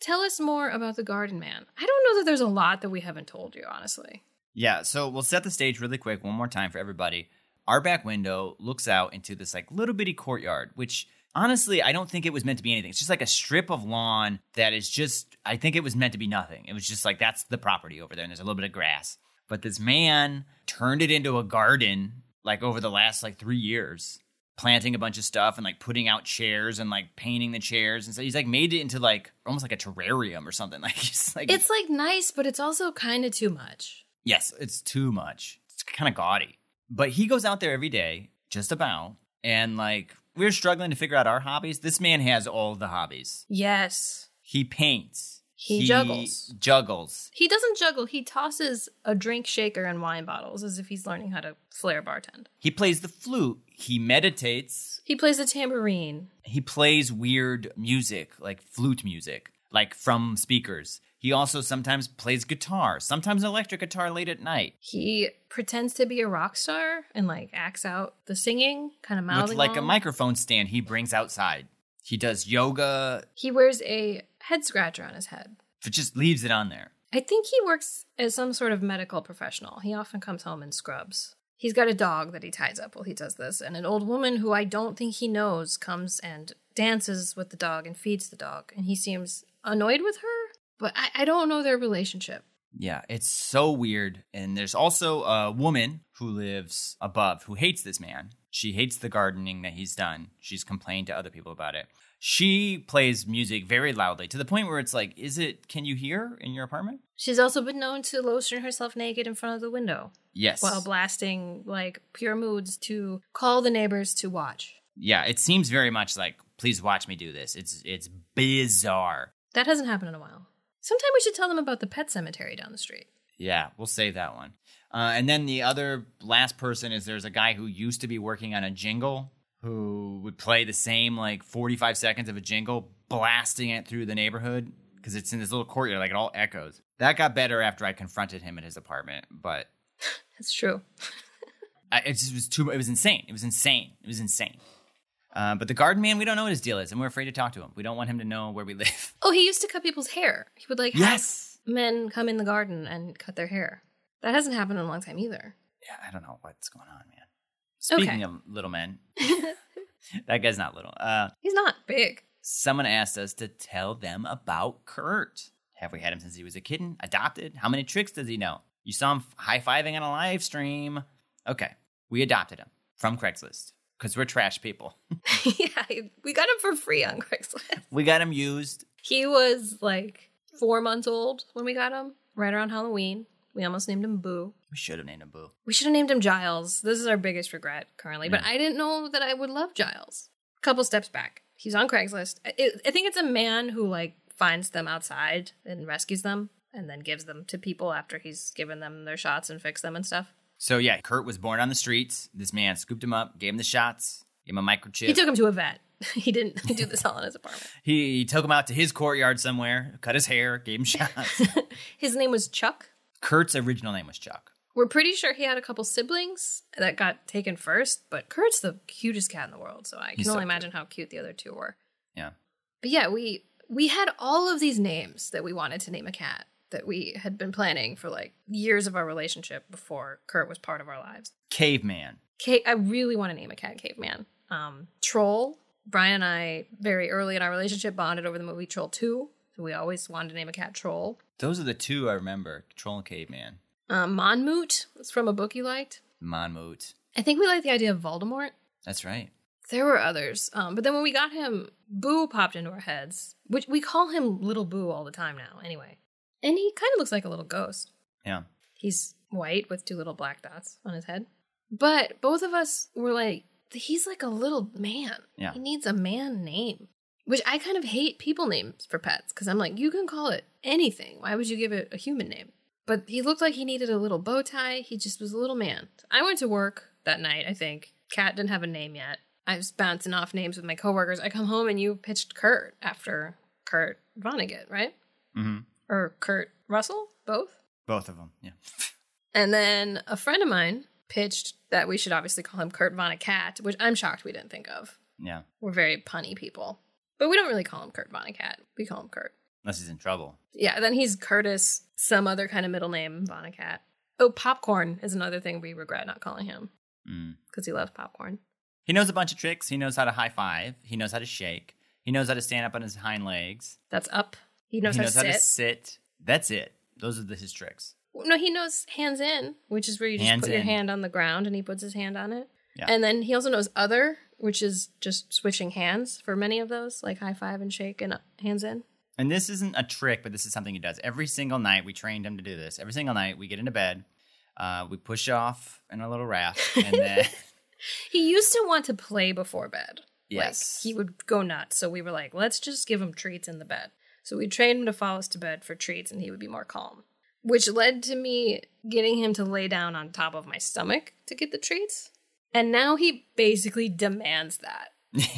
Tell us more about the Garden Man. I don't know that there's a lot that we haven't told you, honestly. Yeah, so we'll set the stage really quick one more time for everybody. Our back window looks out into this like little bitty courtyard, which honestly, I don't think it was meant to be anything. It's just like a strip of lawn that is just I think it was meant to be nothing. It was just like that's the property over there and there's a little bit of grass. But this man turned it into a garden like over the last like 3 years, planting a bunch of stuff and like putting out chairs and like painting the chairs and so he's like made it into like almost like a terrarium or something. Like he's like It's like nice, but it's also kind of too much. Yes, it's too much. It's kind of gaudy. But he goes out there every day, just about, and like we're struggling to figure out our hobbies. This man has all the hobbies. Yes. He paints. He juggles. Juggles. He doesn't juggle, he tosses a drink shaker and wine bottles as if he's learning how to flair bartend. He plays the flute. He meditates. He plays the tambourine. He plays weird music, like flute music, like from speakers. He also sometimes plays guitar, sometimes electric guitar late at night. He pretends to be a rock star and like acts out the singing, kind of mouthing. With like a along. microphone stand he brings outside. He does yoga, He wears a head scratcher on his head. but just leaves it on there. I think he works as some sort of medical professional. He often comes home in scrubs. He's got a dog that he ties up while he does this, and an old woman who I don't think he knows comes and dances with the dog and feeds the dog, and he seems annoyed with her, but I, I don't know their relationship. Yeah, it's so weird. And there's also a woman who lives above who hates this man. She hates the gardening that he's done. She's complained to other people about it. She plays music very loudly to the point where it's like, is it, can you hear in your apartment? She's also been known to lotion herself naked in front of the window Yes. while blasting like pure moods to call the neighbors to watch. yeah, it seems very much like, please watch me do this. It's it's bizarre. That hasn't happened in a while. Sometime we should tell them about the pet cemetery down the street. Yeah, we'll save that one. Uh, and then the other last person is there's a guy who used to be working on a jingle who would play the same like 45 seconds of a jingle, blasting it through the neighborhood because it's in this little courtyard, like it all echoes. That got better after I confronted him at his apartment, but That's true. I, it just was too. It was insane. It was insane. It was insane. Uh, but the garden man, we don't know what his deal is, and we're afraid to talk to him. We don't want him to know where we live. Oh, he used to cut people's hair. He would like yes. have men come in the garden and cut their hair. That hasn't happened in a long time either. Yeah, I don't know what's going on, man. Speaking Okay. of little men, that guy's not little. Uh, He's not big. Someone asked us to tell them about Kurt. Have we had him since he was a kitten? Adopted? How many tricks does he know? You saw him high fiving on a live stream. Okay, we adopted him from Craigslist because we're trash people. yeah, he- we got him for free on Craigslist. we got him used. He was like four months old when we got him, right around Halloween. We almost named him Boo. We should have named him Boo. We should have named him Giles. This is our biggest regret currently, but Mm. I didn't know that I would love Giles. couple steps back. He's on Craigslist. I, it- I think it's a man who like finds them outside and rescues them and then gives them to people after he's given them their shots and fixed them and stuff. So yeah, Kurt was born on the streets. This man scooped him up, gave him the shots, gave him a microchip. He took him to a vet. he didn't do this all in his apartment. he, he took him out to his courtyard somewhere, cut his hair, gave him shots. His name was Chuck. Kurt's original name was Chuck. We're pretty sure he had a couple siblings that got taken first, but Kurt's the cutest cat in the world, so I can He's so only cute. imagine how cute the other two were. Yeah. But yeah, we we had all of these names that we wanted to name a cat that we had been planning for like years of our relationship before Kurt was part of our lives. Caveman. Ca- I really want to name a cat Caveman. Um, Troll. Brian and I very early in our relationship bonded over the movie Troll Two, so we always wanted to name a cat Troll. Those are the two I remember, Troll and Caveman. Uh, Monmoot was from a book you liked. Monmoot. I think we liked the idea of Voldemort. That's right. There were others. Um, but then when we got him, Boo popped into our heads, which we call him Little Boo all the time now, anyway. And he kind of looks like a little ghost. Yeah. He's white with two little black dots on his head. But both of us were like, he's like a little man. Yeah. He needs a man name, which I kind of hate people names for pets because I'm like, you can call it anything. Why would you give it a human name? But he looked like he needed a little bow tie. He just was a little man. I went to work that night, I think. Cat didn't have a name yet. I was bouncing off names with my coworkers. I come home and you pitched Kurt after Kurt Vonnegut, right? Mm-hmm. Or Kurt Russell, both? Both of them. Yeah. And then a friend of mine pitched that we should obviously call him Kurt Vonnegut, which I'm shocked we didn't think of. Yeah. We're very punny people. But we don't really call him Kurt Vonnegut. We call him Kurt. Unless he's in trouble. Yeah, then he's Curtis, some other kind of middle name, Vonnegut. Oh, Popcorn is another thing we regret not calling him Mm. because he loves popcorn. He knows a bunch of tricks. He knows how to high five. He knows how to shake. He knows how to stand up on his hind legs. That's up. He knows he how knows to sit. how to sit. That's it. Those are the, his tricks. No, he knows hands in, which is where you just Hands put your in. hand on the ground and he puts his hand on it. Yeah. And then he also knows other, which is just switching hands for many of those, like high five and shake and uh, hands in. And this isn't a trick, but this is something he does every single night. We trained him to do this every single night. We get into bed, uh, we push off in a little raft, and then He used to want to play before bed. yes, Like, he would go nuts. So we were like, let's just give him treats in the bed. So we trained him to follow us to bed for treats and he would be more calm, which led to me getting him to lay down on top of my stomach to get the treats. And now he basically demands that.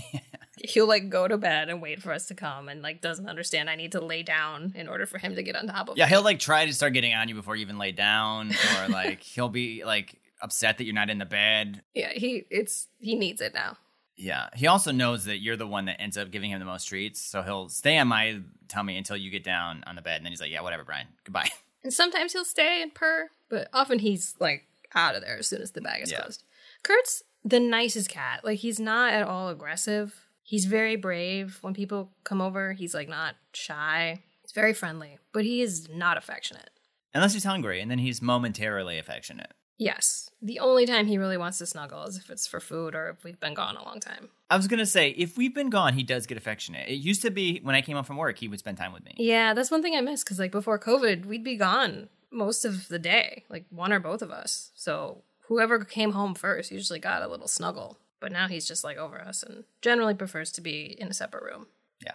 He'll like go to bed and wait for us to come and like doesn't understand I need to lay down in order for him to get on top of yeah, me. he'll like try to start getting on you before you even lay down, or like he'll be like upset that you're not in the bed. Yeah, he it's he needs it now. Yeah, he also knows that you're the one that ends up giving him the most treats, so he'll stay on my tummy until you get down on the bed, and then he's like, "Yeah, whatever, Brian, goodbye." And sometimes he'll stay and purr, but often he's like out of there as soon as the bag is Yeah. closed. Kurt's the nicest cat. Like he's not at all aggressive. He's very brave. When people come over, he's like not shy. He's very friendly, but he is not affectionate. Unless he's hungry, and then he's momentarily affectionate. Yes. The only time he really wants to snuggle is if it's for food or if we've been gone a long time. I was gonna say, if we've been gone, he does get affectionate. It used to be when I came home from work, he would spend time with me. Yeah, that's one thing I miss because, like, before COVID, we'd be gone most of the day, like one or both of us. So whoever came home first usually got a little snuggle. But now he's just like over us and generally prefers to be in a separate room. Yeah.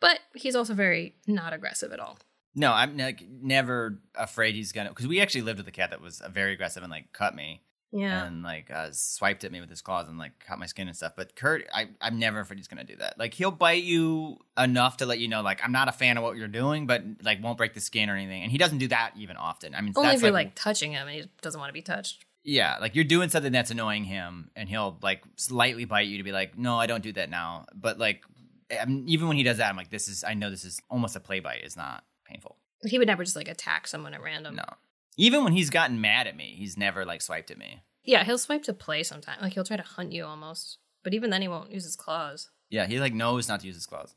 But he's also very not aggressive at all. No, I'm like never afraid he's gonna. Because we actually lived with a cat that was uh, very aggressive and like cut me Yeah. and like uh, swiped at me with his claws and like cut my skin and stuff. But Kurt, I, I'm never afraid he's gonna do that. Like he'll bite you enough to let you know, like I'm not a fan of what you're doing, but like won't break the skin or anything. And he doesn't do that even often. I mean, Only that's if you're like touching him and he doesn't want to be touched. yeah, like you're doing something that's annoying him, and he'll like slightly bite you to be like, no, I don't do that now. But like, I'm, even when he does that, I'm like, this is, I know this is almost a play bite. It's not painful. But he would never just like attack someone at random. No. Even when he's gotten mad at me, he's never like swiped at me. Yeah, he'll swipe to play sometime. Like he'll try to hunt you almost. But even then, he won't use his claws. Yeah, he like knows not to use his claws.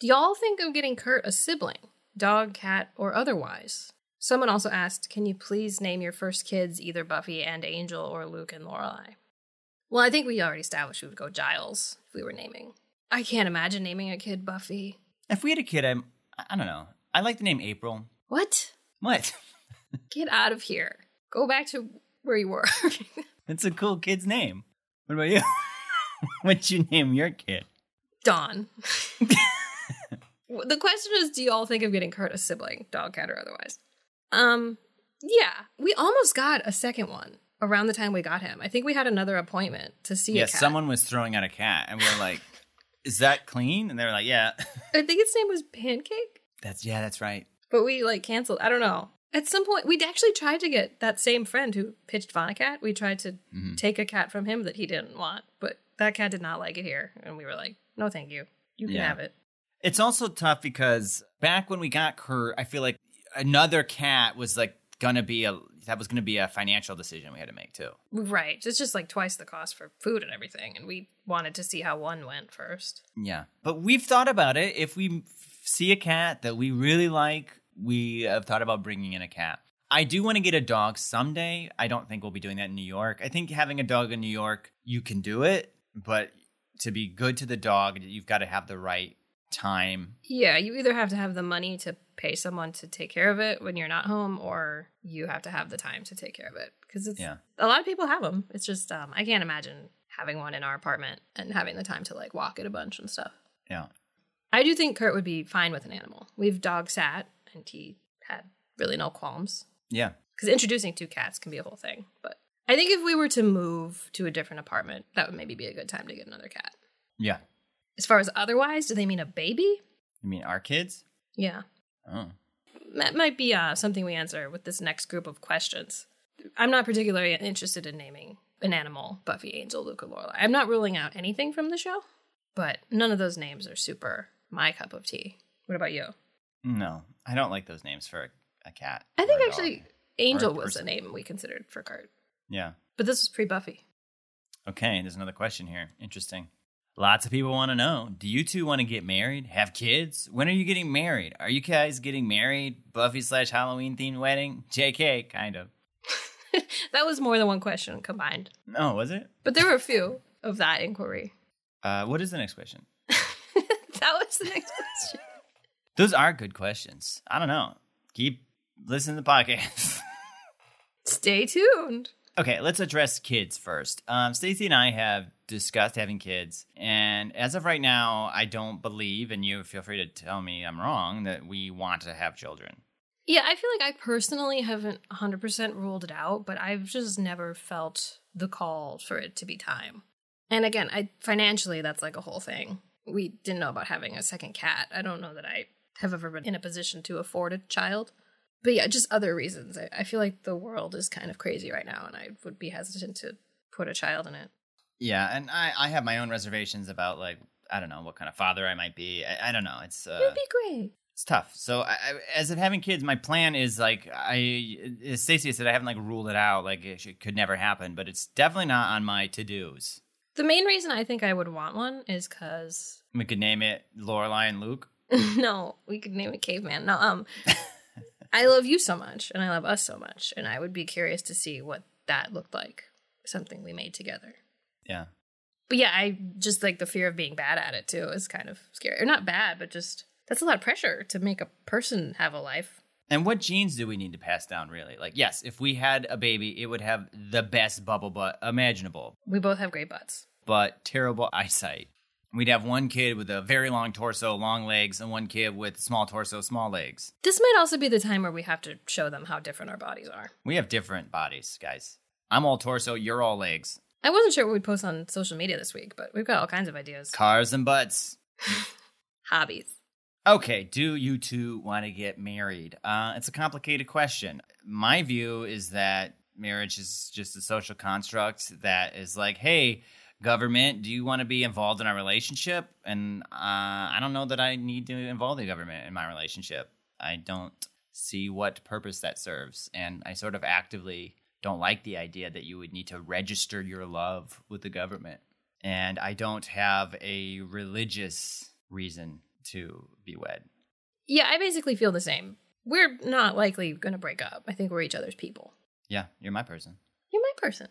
Do y'all think of getting Kurt a sibling, dog, cat, or otherwise? Someone also asked, can you please name your first kids either Buffy and Angel or Luke and Lorelei? Well, I think we already established we would go Giles if we were naming. I can't imagine naming a kid Buffy. If we had a kid, I'm, I I don't know. I like the name April. What? What? Get out of here. Go back to where you were. It's a cool kid's name. What about you? What'd you name your kid? Dawn. the question is, do y'all think of getting Kurt a sibling, dog, cat, or otherwise? Um, yeah, we almost got a second one around the time we got him. I think we had another appointment to see Yeah, a cat. someone was throwing out a cat, and we we're like, is that clean? And they were like, yeah. I think its name was Pancake, That's, yeah, that's right. but we like canceled. I don't know. At some point, we'd actually tried to get that same friend who pitched Vonnegut. We tried to Mhm. take a cat from him that he didn't want, but that cat did not like it here, and we were like, "No, thank you. You can Yeah. have it." It's also tough because back when we got Kurt, I feel like another cat was like gonna be a that was gonna be a financial decision we had to make too. Right. It's just like twice the cost for food and everything. And we wanted to see how one went first. Yeah, but we've thought about it. If we f- see a cat that we really like, we have thought about bringing in a cat. I do want to get a dog someday. I don't think we'll be doing that in New York. I think having a dog in New York, you can do it, but to be good to the dog, you've got to have the right time. Yeah, you either have to have the money to pay someone to take care of it when you're not home, or you have to have the time to take care of it because it's Yeah. a lot of people have them. It's just um, I can't imagine having one in our apartment and having the time to like walk it a bunch and stuff. Yeah. I do think Kurt would be fine with an animal. We've dog sat, and he had really no qualms Yeah. because introducing two cats can be a whole thing. But I think if we were to move to a different apartment, that would maybe be a good time to get another cat. Yeah. As far as otherwise, do they mean a baby? You mean our kids? Yeah. Oh. That might be uh, something we answer with this next group of questions. I'm not particularly interested in naming an animal Buffy, Angel, Luca, Lorelai. I'm not ruling out anything from the show, but none of those names are super my cup of tea. What about you? No. I don't like those names for a, a cat. I think or a dog. actually Angel Or a was the person. name we considered for Kurt, Yeah. but this was pre Buffy. Okay, there's another question here. Interesting. Lots of people want to know Do you two want to get married? Have kids? When are you getting married? Are you guys getting married? Buffy slash Halloween themed wedding? JK, kind of. that was more than one question combined, No, was it? but there were a few of that inquiry. Uh, what is the next question? that was the next question. Those are good questions. I don't know. Keep listening to the podcast. Stay tuned. Okay, let's address kids first. Um, Stacy and I have discussed having kids, and as of right now, I don't believe, and you feel free to tell me I'm wrong, that we want to have children. Yeah, I feel like I personally haven't 100% ruled it out, but I've just never felt the call for it to be time. And again, I financially that's like a whole thing. We didn't know about having a second cat. I don't know that I have ever been in a position to afford a child. But yeah, just other reasons. I, I feel like the world is kind of crazy right now, and I would be hesitant to put a child in it. Yeah, and I, I have my own reservations about like I don't know what kind of father I might be. I, I don't know. It's it would uh, be great. it's tough. So I, I, as of having kids, my plan is like I as Stacey said I haven't like ruled it out. Like it should, could never happen, but it's definitely not on my to dos. The main reason I think I would want one is because We could name it Lorelai and Luke. no, we could name it caveman. No, um, I love you so much, and I love us so much, and I would be curious to see what that looked like, something we made together. Yeah, But yeah, I just like the fear of being bad at it too is kind of scary. Or not bad, but just that's a lot of pressure to make a person have a life. And what genes do we need to pass down, really? Like, yes, if we had a baby, it would have the best bubble butt imaginable, We both have great butts. but terrible eyesight. We'd have one kid with a very long torso, long legs, and one kid with small torso, small legs. This might also be the time where we have to show them how different our bodies are. We have different bodies, guys. I'm all torso, you're all legs. I wasn't sure what we'd post on social media this week, but we've got all kinds of ideas. Cars and butts. Hobbies. Okay, do you two want to get married? Uh, it's a complicated question. My view is that marriage is just a social construct that is like, hey, government, do you want to be involved in our relationship? And uh, I don't know that I need to involve the government in my relationship. I don't see what purpose that serves. And I sort of actively don't like the idea that you would need to register your love with the government and I don't have a religious reason to be wed. Yeah, I basically feel the same. We're not likely going to break up. I think we're each other's people. Yeah, you're my person. You're my person.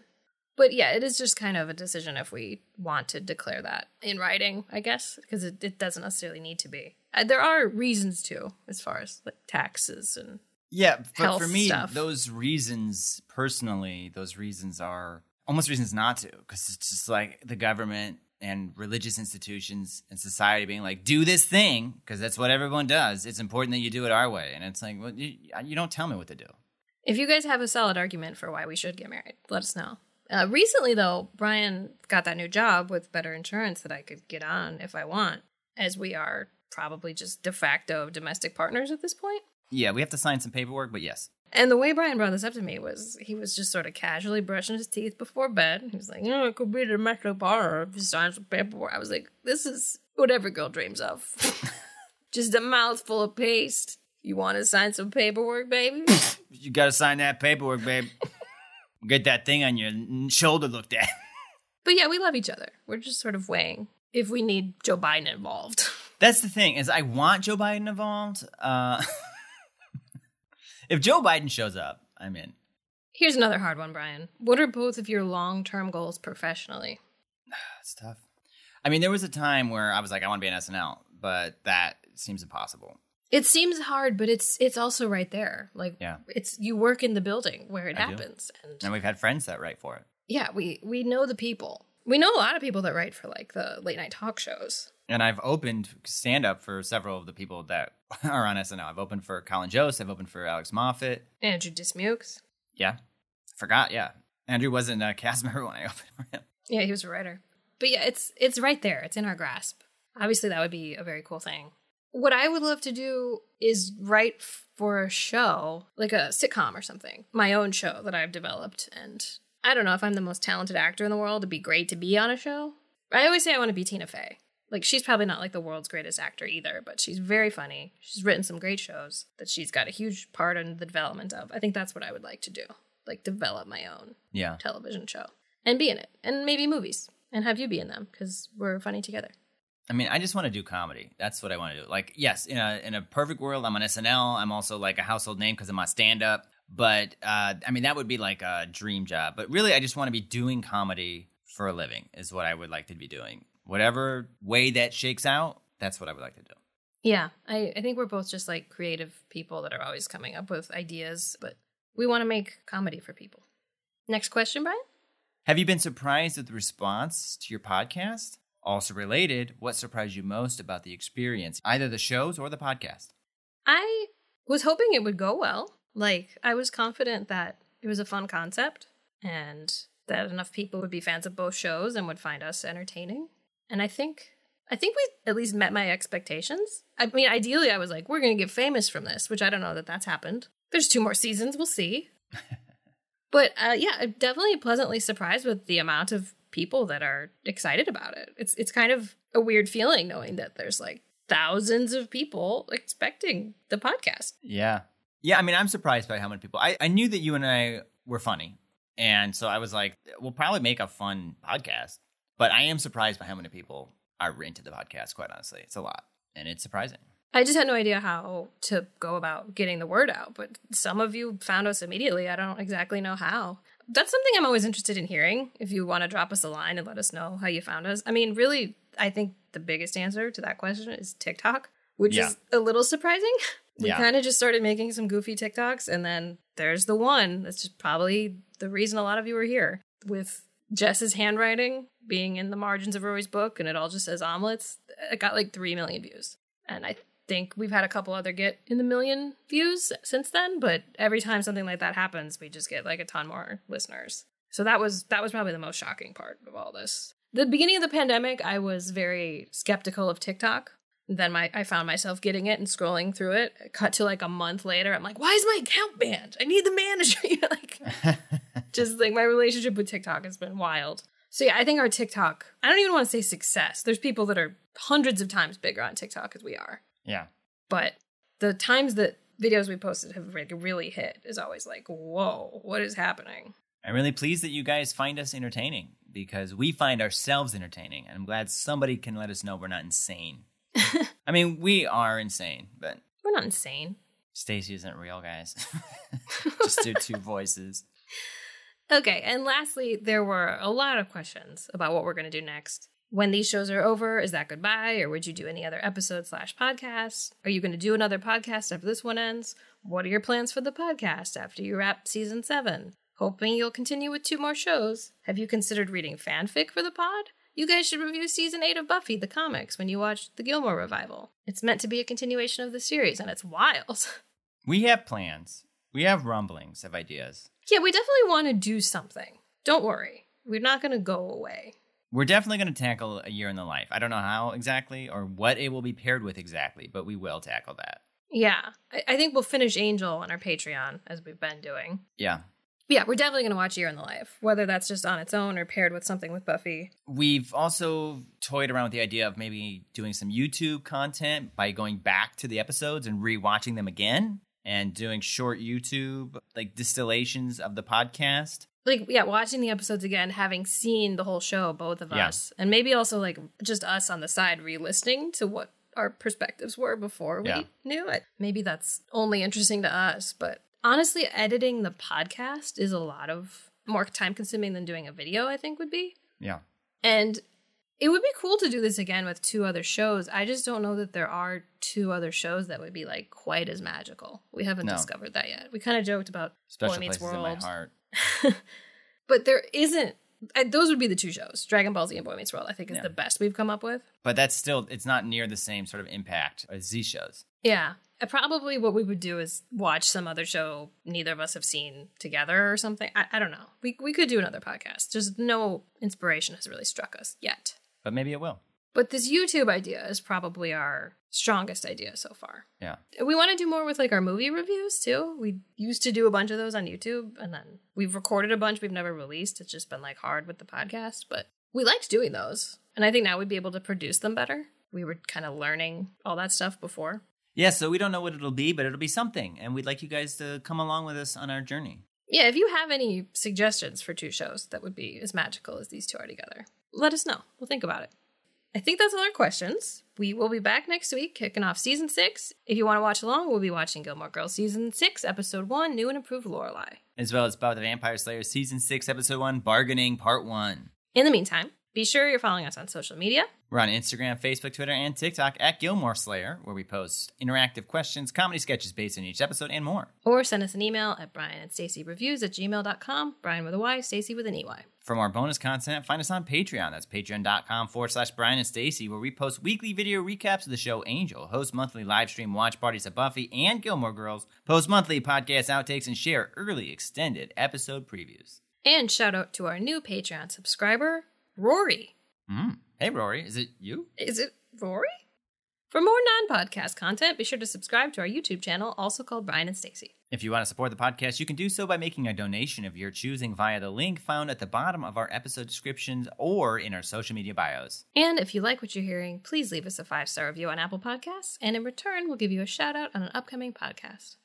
But yeah, it is just kind of a decision if we want to declare that in writing, I guess, because it, it doesn't necessarily need to be. Uh, there are reasons too, as far as like taxes and Yeah, but Health for me, stuff. those reasons personally, those reasons are almost reasons not to, because it's just like the government and religious institutions and society being like, do this thing, because that's what everyone does. It's important that you do it our way. And it's like, well, you, you don't tell me what to do. If you guys have a solid argument for why we should get married, let us know. Uh, recently, though, Brian got that new job with better insurance that I could get on if I want, as we are probably just de facto domestic partners at this point. Yeah, we have to sign some paperwork, but yes. And the way Brian brought this up to me was he was just sort of casually brushing his teeth before bed. He was like, you know, it could be the metro bar if you sign some paperwork. I was like, this is what every girl dreams of. just a mouthful of paste. You want to sign some paperwork, baby? You got to sign that paperwork, babe. Get that thing on your n- shoulder looked at. but yeah, we love each other. We're just sort of weighing if we need Joe Biden involved. That's the thing is I want Joe Biden involved. Uh, if Joe Biden shows up, I I'm in. Here's another hard one, Brian. What are both of your long term goals professionally? That's tough. I mean, there was a time where I was like, I want to be an SNL, but that seems impossible. It seems hard, but it's it's also right there. Like Yeah. it's you work in the building where it I do. happens. And And we've had friends that write for it. yeah, we we know the people. We know a lot of people that write for like the late night talk shows. And I've opened stand up for several of the people that are on SNL. I've opened for Colin Jost. I've opened for Alex Moffat. Andrew Dismukes. Yeah. Forgot. Yeah. Andrew wasn't a cast member when I opened for him. Yeah, he was a writer. But yeah, it's it's right there. It's in our grasp. Obviously, that would be a very cool thing. What I would love to do is write f- for a show, like a sitcom or something. My own show that I've developed and I don't know if I'm the most talented actor in the world. It'd be great to be on a show. I always say I want to be Tina Fey. Like she's probably not like the world's greatest actor either, but she's very funny. She's written some great shows that she's got a huge part in the development of. I think that's what I would like to do. Like develop my own Yeah. television show and be in it and maybe movies and have you be in them because we're funny together I mean, I just want to do comedy. That's what I want to do. Like, yes, in a in a perfect world, I'm on SNL. I'm also like a household name because I'm on stand up. But uh, I mean, that would be like a dream job. But really, I just want to be doing comedy for a living. Is what I would like to be doing. Whatever way that shakes out, that's what I would like to do. yeah i, I think we're both just like creative people that are always coming up with ideas but we want to make comedy for people next question brian Have you been surprised at the response to your podcast? Also related, what surprised you most about the experience, either the shows or the podcast? i was hoping it would go well like i was confident that it was a fun concept and that enough people would be fans of both shows and would find us entertaining and i think I think we at least met my expectations. I mean, ideally, I was like, we're going to get famous from this, which I don't know that that's happened. There's two more seasons. We'll see. but uh, yeah, I'm definitely pleasantly surprised with the amount of people that are excited about it. It's it's kind of a weird feeling knowing that there's like thousands of people expecting the podcast. Yeah. Yeah, I mean, I'm surprised by how many people. I, I knew that you and I were funny. And so I was like, we'll probably make a fun podcast. But I am surprised by how many people are into the podcast, quite honestly. It's a lot. And it's surprising. I just had no idea how to go about getting the word out, but some of you found us immediately. I don't exactly know how. That's something I'm always interested in hearing. If you want to drop us a line and let us know how you found us. I mean, really, I think the biggest answer to that question is TikTok, which Yeah. is a little surprising. We Yeah. kind of just started making some goofy TikToks, and then there's the one that's just probably the reason a lot of you are here with Jess's handwriting being in the margins of Rory's book, and it all just says omelets. It got like 3 million views. And I think we've had a couple other get in the million views since then, but every time something like that happens, we just get like a ton more listeners. So that was that was probably the most shocking part of all this. The beginning of the pandemic, I was very skeptical of TikTok then my I found myself getting it and scrolling through it. Cut to like a month later, I'm like, why is my account banned? I need the manager. you know, like just like my relationship with TikTok has been wild. So yeah, I think our TikTok, I don't even want to say success. There's people that are hundreds of times bigger on TikTok as we are. yeah. But the times that videos we posted have like really hit is always like, whoa, what is happening? I'm really pleased that you guys find us entertaining because we find ourselves entertaining. And I'm glad somebody can let us know we're not insane. I mean, we are insane, but We're not insane. Stacy isn't real, guys. Just do two voices. Okay, and lastly, there were a lot of questions about what we're going to do next. When these shows are over, is that goodbye? Or would you do any other episode slash podcast? Are you going to do another podcast after this one ends? What are your plans for the podcast after you wrap season seven? Hoping you'll continue with two more shows. Have you considered reading fanfic for the pod? You guys should review season eight of Buffy the comics when you watch the Gilmore revival. It's meant to be a continuation of the series, and it's wild. We have plans. We have rumblings of ideas. yeah, we definitely want to do something. Don't worry, we're not going to go away. We're definitely going to tackle a year in the life. I don't know how exactly or what it will be paired with exactly, but we will tackle that. Yeah. I, I think we'll finish Angel on our Patreon as we've been doing. Yeah. But yeah, we're definitely going to watch Year in the Life, whether that's just on its own or paired with something with Buffy. We've also toyed around with the idea of maybe doing some YouTube content by going back to the episodes and rewatching them again and doing short YouTube like distillations of the podcast. Like, yeah, watching the episodes again, having seen the whole show, both of Yeah. us, and maybe also like just us on the side re listening to what our perspectives were before we Yeah. knew it. Maybe that's only interesting to us, but honestly, editing the podcast is a lot of more time consuming than doing a video, I think would be. Yeah. And it would be cool to do this again with two other shows. I just don't know that there are two other shows that would be like quite as magical. We haven't No. discovered that yet. We kind of joked about Special Boy Meets places in my World. heart. but there isn't. I, those would be the two shows: Dragon Ball Z and Boy Meets World. I think is Yeah. the best we've come up with. But that's still it's not near the same sort of impact as Z shows. Yeah, Uh, probably what we would do is watch some other show neither of us have seen together or something. I, I don't know. We we could do another podcast. Just no inspiration has really struck us yet. But maybe it will. But this YouTube idea is probably our strongest idea so far. Yeah. We want to do more with like our movie reviews too. We used to do a bunch of those on YouTube and then we've recorded a bunch we've never released. It's just been like hard with the podcast, but we liked doing those. And I think now we'd be able to produce them better. We were kind of learning all that stuff before. Yeah, so we don't know what it'll be, but it'll be something. And we'd like you guys to come along with us on our journey. Yeah, if you have any suggestions for two shows that would be as magical as these two are together, let us know. We'll think about it. I think that's all our questions. We will be back next week, kicking off season six. If you want to watch along, we'll be watching Gilmore Girls season six, episode one, new and improved Lorelei. As well as Bob the Vampire Slayer season six, episode one, bargaining part one. In the meantime, be sure you're following us on social media. We're on Instagram, Facebook, Twitter, and TikTok at Gilmore Slayer, where we post interactive questions, comedy sketches based on each episode, and more. Or send us an email at Brian and Stacey Reviews at gmail.com. Brian with a Y, Stacey with an EY. For more bonus content, find us on Patreon. That's patreon.com forward slash Brian and Stacy, where we post weekly video recaps of the show Angel, host monthly live stream watch parties at Buffy and Gilmore Girls, post monthly podcast outtakes, and share early extended episode previews. And shout out to our new Patreon subscriber, Rory. Mm. Hey, Rory, is it you? Is it Rory? For more non podcast content, be sure to subscribe to our YouTube channel, also called Brian and Stacy. If you want to support the podcast, you can do so by making a donation of your choosing via the link found at the bottom of our episode descriptions or in our social media bios. And if you like what you're hearing, please leave us a five star review on Apple Podcasts, and in return, we'll give you a shout out on an upcoming podcast.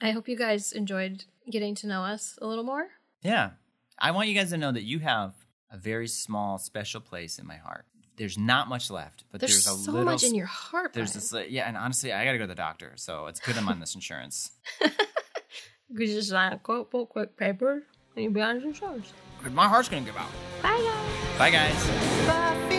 I hope you guys enjoyed getting to know us a little more. Yeah. I want you guys to know that you have a very small, special place in my heart. There's not much left, but There's, there's, a so little. much in your heart. there's Brian. this, yeah, and honestly, I gotta go to the doctor, so it's good I'm on this insurance. Could you just sign a quote, quote, quick paper, and you'll be on your shows. But my heart's gonna give out. Bye, guys. Bye, guys. Buffy